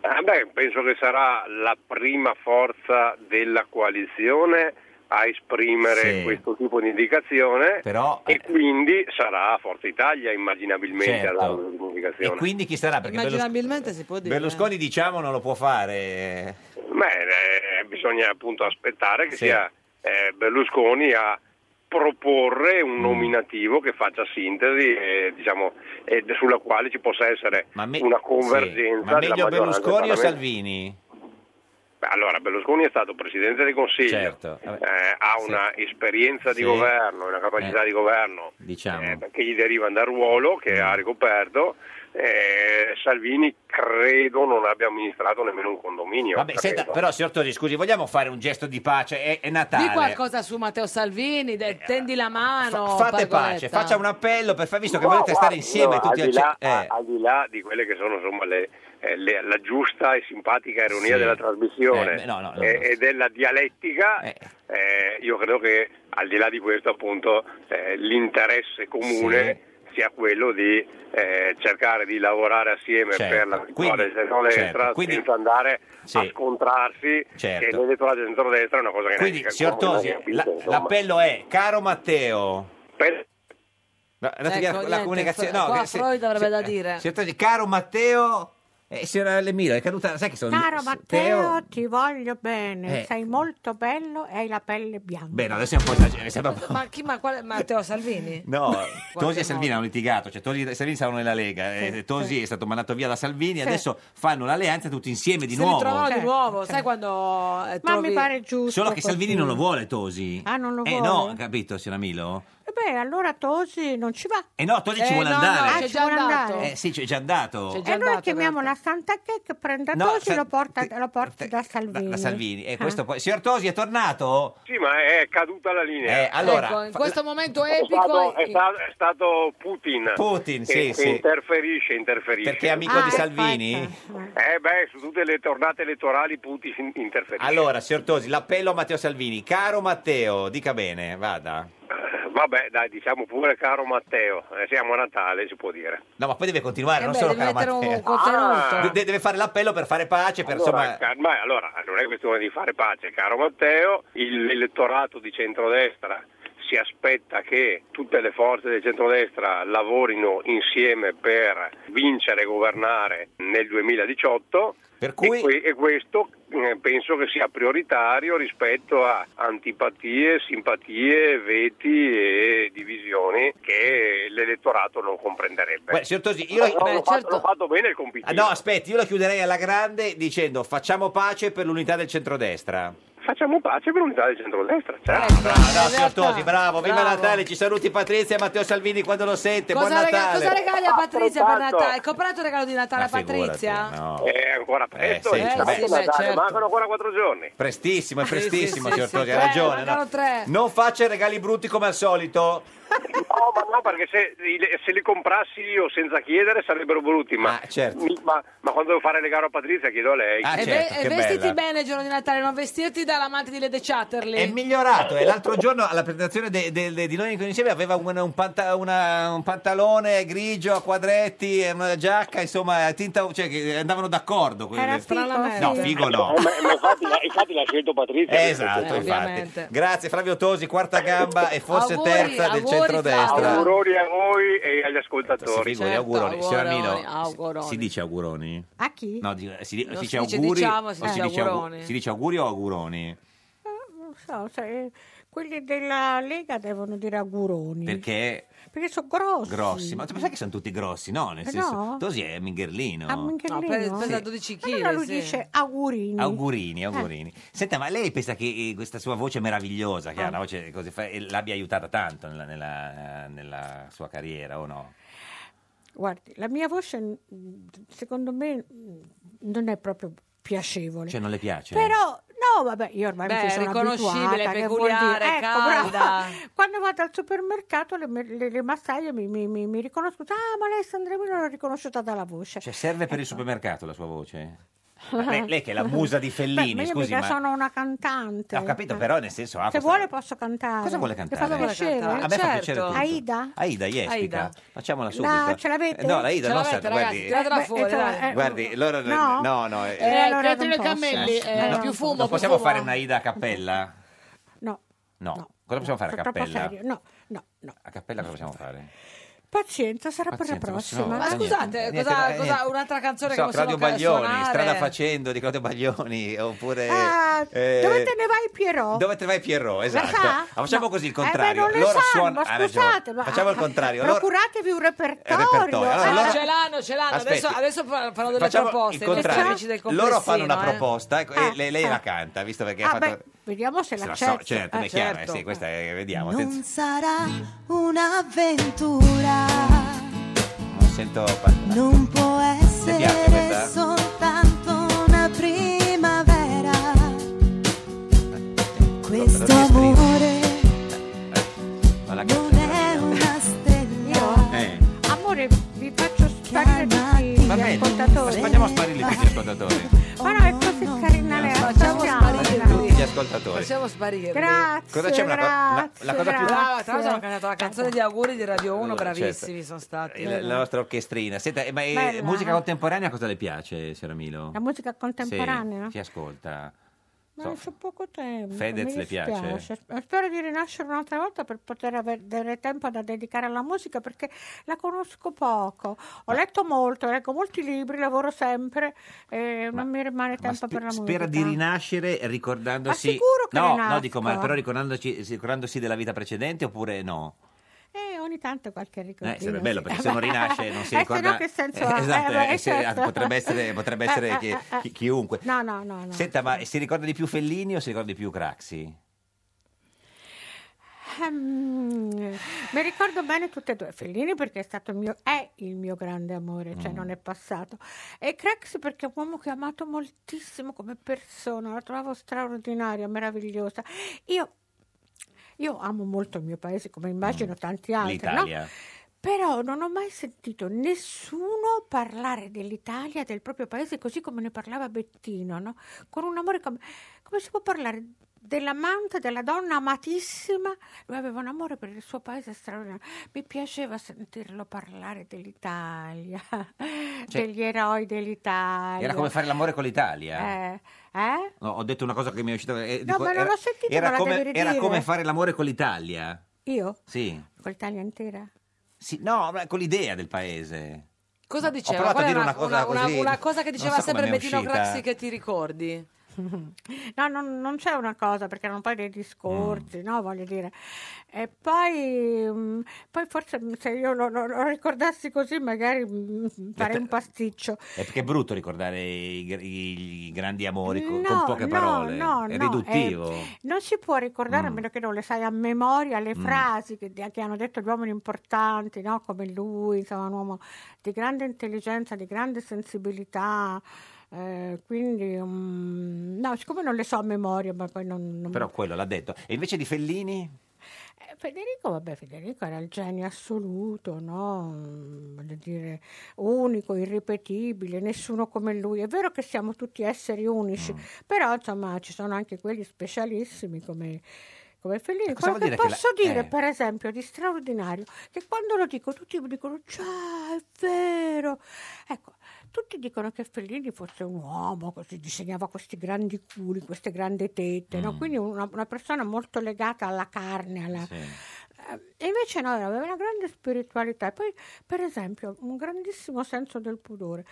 Eh, beh, penso che sarà la prima forza della coalizione a esprimere
Sì.
questo tipo di indicazione
Però, eh,
e quindi sarà Forza Italia immaginabilmente
Certo.
a dare l'indicazione.
E quindi chi sarà? Perché Berlusconi,
Immaginabilmente si può dire.
Berlusconi, diciamo non lo può fare. Eh,
Beh, eh, bisogna appunto aspettare che
Sì.
sia eh, Berlusconi a proporre
Mm.
un nominativo che faccia sintesi eh, diciamo, e sulla quale ci possa essere
me-
una
Sì.
convergenza.
Ma
della
meglio
maggioranza del
Berlusconi o
Parlamento.
Salvini?
Beh, Allora, Berlusconi è stato Presidente del Consiglio,
Certo, vabbè.
eh, ha
Sì.
una esperienza di
Sì.
governo, una capacità
Eh.
di governo
Diciamo. Mm.
eh, che gli deriva dal ruolo che ha ricoperto. Eh, Salvini credo non abbia amministrato nemmeno un condominio.
Vabbè,
credo.
senta, però signor Todi, scusi, vogliamo fare un gesto di pace? eh, È, è Natale.
Di qualcosa su Matteo Salvini, de- tendi la mano.
Eh,
Pargoletta.
Fate pace, faccia un appello per far visto che
No,
volete stare
guardi,
insieme
no,
tutti
al di, là,
ce- eh.
a- al di là di quelle che sono insomma le- eh, le- la giusta e simpatica ironia
Sì.
della trasmissione
Eh, beh, no, no, no,
e,
no.
e della dialettica, eh, io credo che al di là di questo appunto eh, l'interesse comune sia quello di eh, cercare di lavorare assieme
Certo.
per la vittoria
Quindi-
del centrodestra
certo, quindi-
senza andare a
Sì.
scontrarsi
Certo.
che l'elettorato del centrodestra è una cosa che
Quindi,
neanche
signor
qualcuno
Tosi,
capisce,
la-
insomma.
l'appello è, caro Matteo...
Per...
La,
Ecco, niente,
comunicazione...
Fre-
No,
qua
che- se-
Freud avrebbe
se-
da
eh,
dire.
Signor Tosi, caro Matteo... Eh, signora Lemiro, è caduta... Sai che sono...
Caro Matteo, ti voglio bene,
Eh.
sei molto bello e hai la pelle bianca.
Beh, no, adesso è un po' esagerato. sembra un po'-
Ma chi, ma quale? Matteo Salvini?
No, Tosi e
modo.
Salvini hanno litigato, cioè Tosi e Salvini stavano nella Lega, eh,
Sì,
Tosi è stato mandato via da Salvini,
Sì.
adesso fanno l'alleanza tutti insieme di
Si
nuovo.
ritrovano di nuovo, sai quando eh,
Ma
trovi-
mi pare giusto.
Solo che
così.
Salvini non lo vuole Tosi.
Ah, non lo
eh,
vuole?
no, capito, signora Milo?
Eh Beh, allora Tosi non ci va.
Eh no, Tosi ci
Eh,
vuole
no,
andare.
no, c'è Ah, ci già vuole andato. andare.
Eh sì, c'è già andato. Eh,
E allora chiamiamo la Santa Che che prende
No,
Tosi
Sa-
e lo porta, lo porta da Salvini.
Da Salvini. E
Ah.
questo poi... Signor Tosi è tornato?
Sì, ma è caduta la linea.
Eh, allora...
Ecco, in
fa-
questo momento
È
epico...
stato, è stato- è stato Putin,
Putin, sì,
che, che
sì.
interferisce, interferisce.
Perché è amico di Salvini?
Eh beh, su tutte le tornate elettorali Putin interferisce.
Allora, signor Tosi, l'appello a Matteo Salvini. Caro Matteo, dica bene, vada.
Vabbè, dai, diciamo pure caro Matteo, eh, siamo a Natale, si può dire.
No, ma poi deve continuare,
Eh
non
beh,
solo
devi
caro
mettere un
Matteo.
contenuto.
De- de- deve fare l'appello per fare pace, per
Allora,
insomma...
ca- ma allora, non è questione di fare pace, caro Matteo, il- l'elettorato di centrodestra si aspetta che tutte le forze del centrodestra lavorino insieme per vincere e governare nel 2018
cui-
e, que- e questo eh, penso che sia prioritario rispetto a antipatie, simpatie, veti e divisioni che l'elettorato non comprenderebbe.
Guarda, signor Tosi, io-
No, no,
Beh,
l'ho,
certo.
fatto, l'ho fatto bene il compito.
Ah, no, aspetti, io la chiuderei alla grande dicendo facciamo pace per l'unità del centrodestra. Ah,
Facciamo pace per l'unità del centrodestra, certo.
Bravo, signor Tosi, bravo, viva Natale, ci saluti Patrizia e Matteo Salvini quando lo sente, buon
Cosa, rega-
Natale.
cosa regali
Ah,
a Patrizia per
Altrettanto.
Natale? Hai comprato il regalo di Natale a
Ma figurati,
Patrizia?
no.
È ancora presto,
Eh, sì,
è
vabbè.
tanto
Sì,
Natale,
beh, certo.
mancano ancora quattro giorni.
Prestissimo, è
Sì, sì,
prestissimo,
sì,
signor
sì, Eh,
Tosi, ha
tre,
ragione.
mancano
no.
tre.
Non faccia regali brutti come al solito.
No, ma no, perché se, se li comprassi io senza chiedere sarebbero voluti, ma, mi- ma, ma quando devo fare le gare a Patrizia chiedo a lei.
certo. Ah,
E, ve-
certo,
e
che
vestiti
bella.
bene il giorno di Natale, non vestirti dall'amante di Lede Chatterley.
È migliorato. E l'altro giorno alla presentazione de- de- de- di noi insieme aveva un, un panta- una- un pantalone grigio a quadretti, e una giacca, insomma, tinta, cioè, che andavano d'accordo. quelle-
Era figo,
no,
sì.
figo no.
Eh, ma- ma infatti, l'ha- infatti l'ha scelto Patrizia.
Esatto, infatti. Grazie Flavio Tosi, quarta gamba e forse
Auguri,
terza del
auguri,
centrodestra.
Auguroni a voi e agli ascoltatori.
Figuri, auguroni. Signora Milo, si dice auguroni?
A chi?
No, di- si, di-
Non
si
si
dice
dice
auguri
diciamo, si
o
dice
dice augu-
auguroni.
si dice auguri o auguroni?
non so, se- quelli della Lega devono dire auguroni.
Perché
Perché sono grossi.
grossi, ma tu sai che sono tutti grossi, no? Nel
Eh,
senso,
Oh, no?
Tosi è mingherlino.
Ah, Michelino?
No, pesa- pesa
Sì.
12
Allora
chili,
lui
sì.
dice augurini. Eh.
Augurini, augurini. Senta, ma lei pensa che eh, questa sua voce meravigliosa,
Ah.
che ha una voce così fa- eh, l'abbia aiutata tanto nella, nella- nella sua carriera o no?
Guardi, la mia voce mh, secondo me mh, non è proprio piacevole.
Cioè, non le piace?
Però no, vabbè, io ormai
Beh,
mi ci sono
riconoscibile,
abituata, che vuol
peculiare,
dire? Ecco,
calda.
bravo. Quando vado al supermercato le, le, le massaie mi, mi, mi, mi riconoscono. Ah, ma lei Sandra Milo l'ho riconosciuta dalla voce.
Cioè, serve
Ecco.
per il supermercato la sua voce? Lei, lei che è la musa di Fellini,
Ah. Beh, io
scusi,
mica
ma...
sono una cantante.
Eh, Ho capito, però nel senso... ha
Se
Cioè, questa-
vuole posso cantare.
Cosa vuole
Le
cantare?
fa
Cosa vuole
piacere?
cantare? A me fa piacere certo. tutto.
Certo. Aida?
Aida, yes,
Aida.
dica. Facciamola subito.
ce l'avete?
Eh, No, la Ida,
Ce
no,
l'avete,
senta,
ragazzi,
guardi...
tiratela fuori, dai. Eh,
Guardi, loro...
no?
no, no, eh,
Eh, allora
Pietro
non
e
posso.
Cammelli,
Eh,
eh,
no,
più
non
fumo,
non
più
possiamo
fumo.
fare una Ida a cappella?
No,
No. Cosa possiamo fare a
sono troppo
cappella?
serio. No, no.
A cappella cosa possiamo fare?
Pazienza, sarà
Pazienza,
per la
possiamo-
prossima.
Ma
Niente,
scusate,
niente,
cosa-
eh,
cosa-
niente.
un'altra canzone
So,
che possiamo
Claudio
ca-
Baglioni,
suonare?
strada facendo di Claudio Baglioni, oppure...
Ah,
eh,
dove te ne vai Pierrot?
Dove te ne vai Pierrot, esatto.
sa?
Ah, Facciamo così il
Eh, beh,
contrario.
non le
Loro
sanno,
suon-
ma
ha ragione.
scusate, ma-
diciamo, Facciamo il contrario. Loro-
Procuratevi un
Eh,
repertorio.
repertorio. Allora,
Ah,
loro-
ce l'hanno, ce l'hanno. Adesso,
Aspetti.
adesso fa- farò delle
Facciamo
proposte.
il
ai nostri
contrario.
amici del
Loro fanno
complessino,
una
eh.
proposta ecco, e lei, lei la canta, visto perché
Ah,
ha fatto...
beh, vediamo se
Se
la
la so, certo, beh, chiaro, eh,
certo.
sì, questa è, vediamo,
Non
attenzione.
sarà un'avventura,
Non sento...
non può
Sentiamo questa.
essere soltanto una primavera. Questo
Lo descrivo.
amore
Ma la
non è una stella.
Eh,
Amore, vi faccio sparire tutti
va
gli
bene,
ascoltatori.
facciamo sparire tutti gli ascoltatori.
Ma no, è così carina lei.
Facciamo sparire
Tutti gli ascoltatori.
Facciamo sparire.
Grazie,
Cosa c'è una co- una- la cosa più-
Brava, tra l'altro hanno cantato la canzone di auguri di Radio 1,
Allora,
bravissimi
certo.
sono stati.
La, la nostra orchestrina. Senta, eh, ma eh,
Bella.
musica contemporanea cosa le piace, Sera Milo?
La musica contemporanea?
Sì, chi ascolta?
Ma c'è poco tempo.
Fedez
mi
le piace?
dispiace. Spero di rinascere un'altra volta per poter avere tempo da dedicare alla musica perché la conosco poco. Ho letto molto, leggo molti libri, lavoro sempre e non mi rimane
Ma
tempo
spe-
per la musica.
spera di rinascere ricordandosi...
Ma sicuro che
no,
rinasco.
no, dico, ma però ricordandoci, ricordandosi della vita precedente oppure no?
Eh, ogni tanto qualche ricordo.
Eh, sarebbe bello perché se non rinasce non si
Eh, se
ricorda...
no che senso
Eh,
ha?
esatto,
Eh, beh,
eh, se-
certo.
ah, potrebbe essere, potrebbe essere
Eh,
chi-
eh, eh, eh.
chi- chiunque.
No, no, no. no.
Senta, ma si ricorda di più Fellini o si ricorda di più Craxi?
Ehm, mi ricordo bene tutte e due Fellini perché è stato il mio, è il mio grande amore, cioè
Mm.
non è passato. E Craxi perché è un uomo che ho amato moltissimo come persona, la trovavo straordinaria, meravigliosa. Io, io amo molto il mio paese, come immagino tanti altri, no?
Mm. L'Italia.
Però non ho mai sentito nessuno parlare dell'Italia, del proprio paese, così come ne parlava Bettino, no? Con un amore come... Come si può parlare dell'amante, della donna amatissima? Lui aveva un amore per il suo paese straordinario. Mi piaceva sentirlo parlare dell'Italia, degli eroi dell'Italia.
Cioè, Era come fare l'amore con l'Italia.
Eh, eh?
No, ho detto una cosa che mi è uscita. eh,
No, ma non
era-
l'ho sentita,
Era,
ma la
come,
devi
era
ridire.
come fare l'amore con l'Italia.
Io?
Sì.
Con l'Italia intera?
Sì, no, ma con l'idea del paese.
Cosa diceva?
provato a
Qual è
dire una cosa così.
una cosa che
Non
diceva
so
sempre
come mi è
Bettino
uscita.
Craxi che ti ricordi?
No, non, non c'è una cosa perché erano poi dei discorsi,
Mm.
no? Voglio dire. E poi, mm, poi forse mm, se io lo, lo- lo ricordassi così magari mm, farei un pasticcio.
È perché è brutto ricordare i, gr- i grandi amori con,
No,
con poche
no,
parole.
no,
è
no,
riduttivo.
Non si può ricordare, a meno che non le sai a memoria, le
Mm.
frasi che, che hanno detto gli uomini importanti, no? come lui, insomma, un uomo di grande intelligenza, di grande sensibilità. eh, quindi, mm, no, siccome non le so a memoria, ma poi non. non-
Però quello l'ha detto. E invece di Fellini?
Eh, Federico, vabbè, Federico era il genio assoluto, no? Mm, Voglio dire, unico, irripetibile, nessuno come lui. È vero che siamo tutti esseri
Mm.
unici, però insomma ci sono anche quelli specialissimi come, come Fellini.
cosa
Quello
vuol
che
Ecco, dire che
posso
la-
dire,
eh.
per esempio, di straordinario, che quando lo dico tutti mi dicono, ciao, è vero. Ecco, tutti dicono che Fellini fosse un uomo, così disegnava questi grandi culi, queste grandi tette, no?
Mm.
quindi una, una persona molto legata alla carne, alla, eh, E invece no, aveva una grande spiritualità e poi, per esempio, un grandissimo senso del pudore.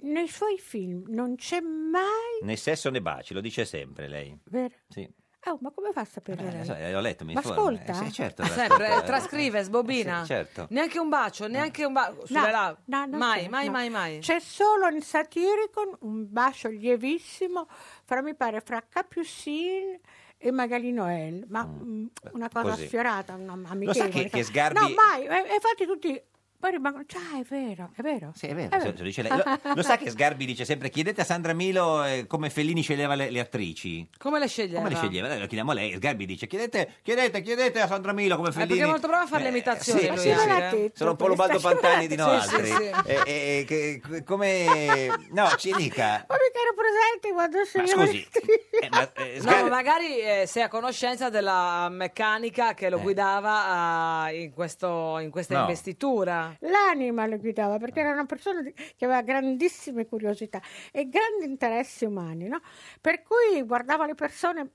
Nei suoi film non c'è mai...
Né sesso né baci, lo dice sempre lei.
Vero?
Sì.
Oh, ma come fa a sapere
Eh,
lei?
lo so, eh, l'ho letto, mi
Ma
informo.
ascolta?
Eh, sì, certo,
Ah,
l'ascolto,
sempre,
eh.
trascrive, sbobina.
Sì, certo.
Neanche un bacio, neanche un bacio.
No,
Sulla là.
no, non
mai,
c'è,
mai,
no. Cioè
mai, mai.
C'è solo in Satiricon un bacio lievissimo fra, mi pare, fra Capucin e Magali Noel, ma mm, una cosa
Eh, così.
sfiorata, una
Lo sa
amichevole.
che, che
insomma.
Sgarbi...
No, mai, e, e infatti tutti poi rimangono, cioè è vero, è vero. Eh. Sì,
è vero, se- se lo dice lei. Lo, lo sa che Sgarbi dice sempre chiedete a Sandra Milo eh, come Fellini sceglieva le, le attrici.
Come le Eh, sceglieva?
Come le sceglieva? Allora, Lo chiediamo a lei. Sgarbi dice chiedete, chiedete, chiedete a Sandra Milo come Fellini.
perché è molto bravo a fare le
Eh,
imitazioni,
sì,
lui,
sì,
eh.
sì.
Non l'ha detto,
Sono un po' Lobaldo
questa
Pantani di noi
giornata. Sì,
altri.
sì, sì.
Eh, eh, che- che- come... No, ci dica.
Ma mica ero presente quando
Ma
sceglievo
scusi. eh, ma, eh,
No,
Sgarbi-
ma magari eh, sei a conoscenza della meccanica che lo
Eh.
guidava ah, in, questo, in questa
No.
investitura.
L'anima lo guidava perché era una persona di- che aveva grandissime curiosità e grandi interessi umani, no? Per cui guardava le persone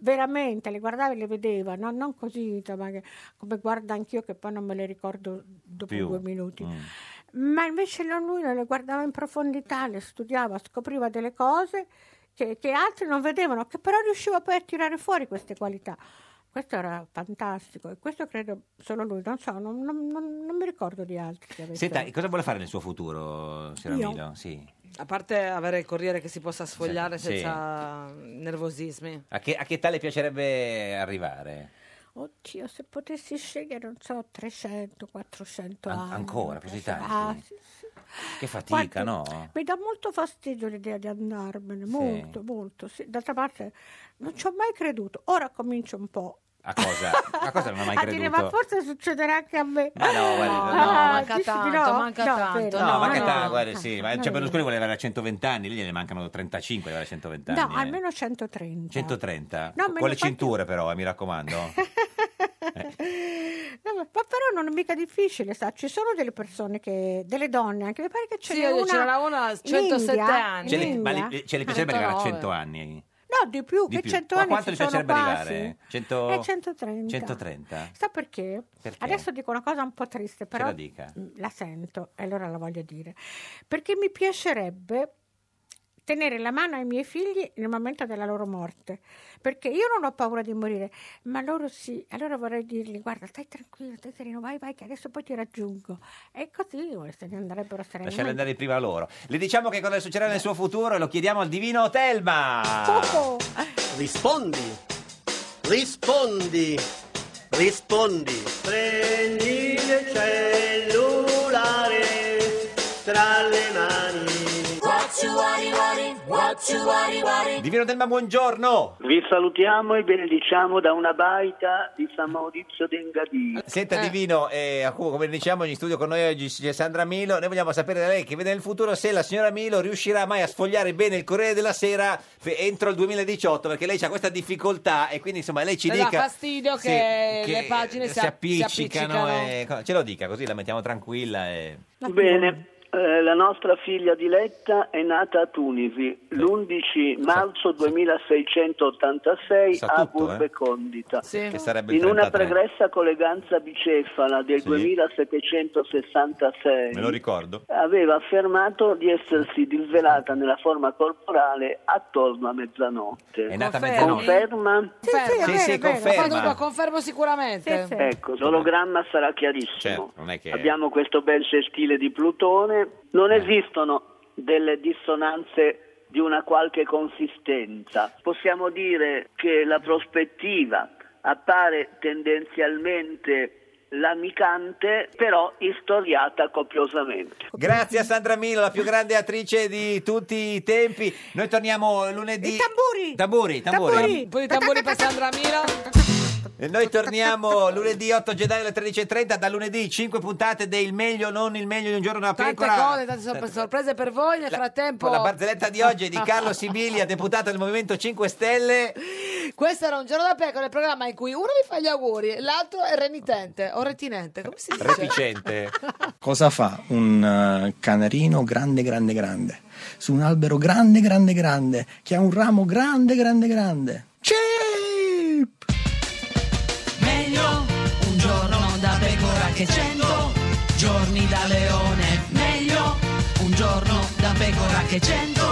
veramente, le guardava e le vedeva, no? non così insomma, che- come guarda anch'io che poi non me le ricordo dopo
Più.
due minuti.
Mm.
Ma invece no, lui le guardava in profondità, le studiava, scopriva delle cose che, che altri non vedevano, che però riusciva poi a tirare fuori queste qualità. Questo era fantastico e questo credo solo lui, non so, non, non- non- non mi ricordo di altri. che avessero-
Senta, cosa vuole fare nel suo futuro, Sera
Io?
Milo? Sì.
A parte avere il corriere che si possa sfogliare
Sì.
senza nervosismi.
A che, a che età le piacerebbe arrivare?
Oddio, se potessi scegliere, non so, 300, 400
An-
anni.
ancora, così
Ah,
tanti?
sì, sì.
Che fatica,
Quanti-
no?
Mi dà molto fastidio l'idea di andarmene, molto, molto. sì. D'altra parte non ci ho mai creduto, ora comincio un po'.
A cosa? A cosa non ho mai
a dire,
creduto?
ma forse succederà anche a me.
Ma no, guarda, no,
Ah,
manca
dici di
tanto,
no?
manca
No,
tanto,
vero,
No,
no,
ma che
no.
ta- guarda, sì, ma
no,
cioè,
no.
Berlusconi voleva avere a 120 anni, lì gliene mancano 35, voleva avere 120
No,
anni. eh.
almeno 130.
130.
No, me
Con
ne
le
fate-
cinture però, eh, mi raccomando.
No, ma ma però non è mica difficile, sa, ci sono delle persone che, delle donne anche, mi pare che ce
Sì,
n'è una.
c'era una a
in
107
India,
anni. Ah,
Ce
in
le, ma
India.
le, ce le piacerebbe arrivare a
109.
100 anni?
No, di Ah, più,
Di
che
più.
100
Ma
anni
quanto
ci
le
sono
piacerebbe
quasi.
arrivare? 100
Eh, 130.
130?
Sa perché?
Perché?
Adesso dico una cosa un po' triste, però
la dica.
mm, la sento e allora la voglio dire. Perché mi piacerebbe tenere la mano ai miei figli nel momento della loro morte, perché io non ho paura di morire, ma loro sì, allora vorrei dirgli guarda, stai tranquillo, stai sereno, vai, vai, che adesso poi ti raggiungo. E così se ne andrebbero
Lasciarle
serenamente.
andare prima loro. Le diciamo che cosa succederà nel suo futuro e lo chiediamo al divino Telma.
Oh,
Rispondi. Rispondi. Rispondi. Prendi il cellulare tra le mani.
Divino Telma, buongiorno.
Vi salutiamo e benediciamo da una baita di San Maurizio d'Engadino.
Senta Divino, eh, a cui, come diciamo in studio con noi oggi c'è Sandra Milo, noi vogliamo sapere da lei che vede nel futuro se la signora Milo riuscirà mai a sfogliare bene il Corriere della Sera fe- entro il 2018 perché lei ha questa difficoltà e quindi insomma lei ci
Le dà
dica...
fastidio
sì,
che le pagine Eh, si
Eh, si
app- si
appiccicano, eh.
appiccicano.
e co- ce lo dica così la mettiamo tranquilla e...
Bene, eh, la nostra figlia Diletta è nata a
Eh.
Tunisi l'11 marzo 2686
Sa
a
tutto,
Urbe
eh.
Condita.
Che sarebbe il
In una
33.
pregressa colleganza bicefala del
Sì.
2766
Me lo ricordo.
aveva affermato di essersi disvelata nella forma corporale attorno a mezzanotte.
È nata a
Confermi?
mezzanotte.
Conferma?
Sì, sì,
Sì, sì,
confermo.
conferma.
confermo sicuramente.
Ecco, l'ologramma sarà chiarissimo.
Certo, Non è che... Eh.
Abbiamo questo bel sestile di Plutone, non esistono delle dissonanze di una qualche consistenza. Possiamo dire che la prospettiva appare tendenzialmente lamicante, però istoriata copiosamente.
Grazie a Sandra Milo, la più grande attrice di tutti i tempi. Noi torniamo lunedì. tamburi! Tamburi, tamburi.
Un po' di tamburi per Sandra Milo.
E Noi torniamo lunedì 8 gennaio alle 13.30, da lunedì 5 puntate del meglio, non il meglio di un giorno da
Tante
pecora.
cose, tante sor- sorprese per voi. Nel frattempo,
La barzelletta di oggi è di Carlo Sibilia, deputato del Movimento 5 Stelle.
questo era un giorno da pecora, il programma in cui uno vi fa gli auguri e l'altro è renitente o retinente. Come si dice?
Repicente.
Cosa fa un eh, canarino grande, grande, grande? Su un albero grande, grande, grande, che ha un ramo grande, grande, grande. Cip!
Meglio un giorno da pecora che cento giorni da leone. Meglio un giorno da pecora che cento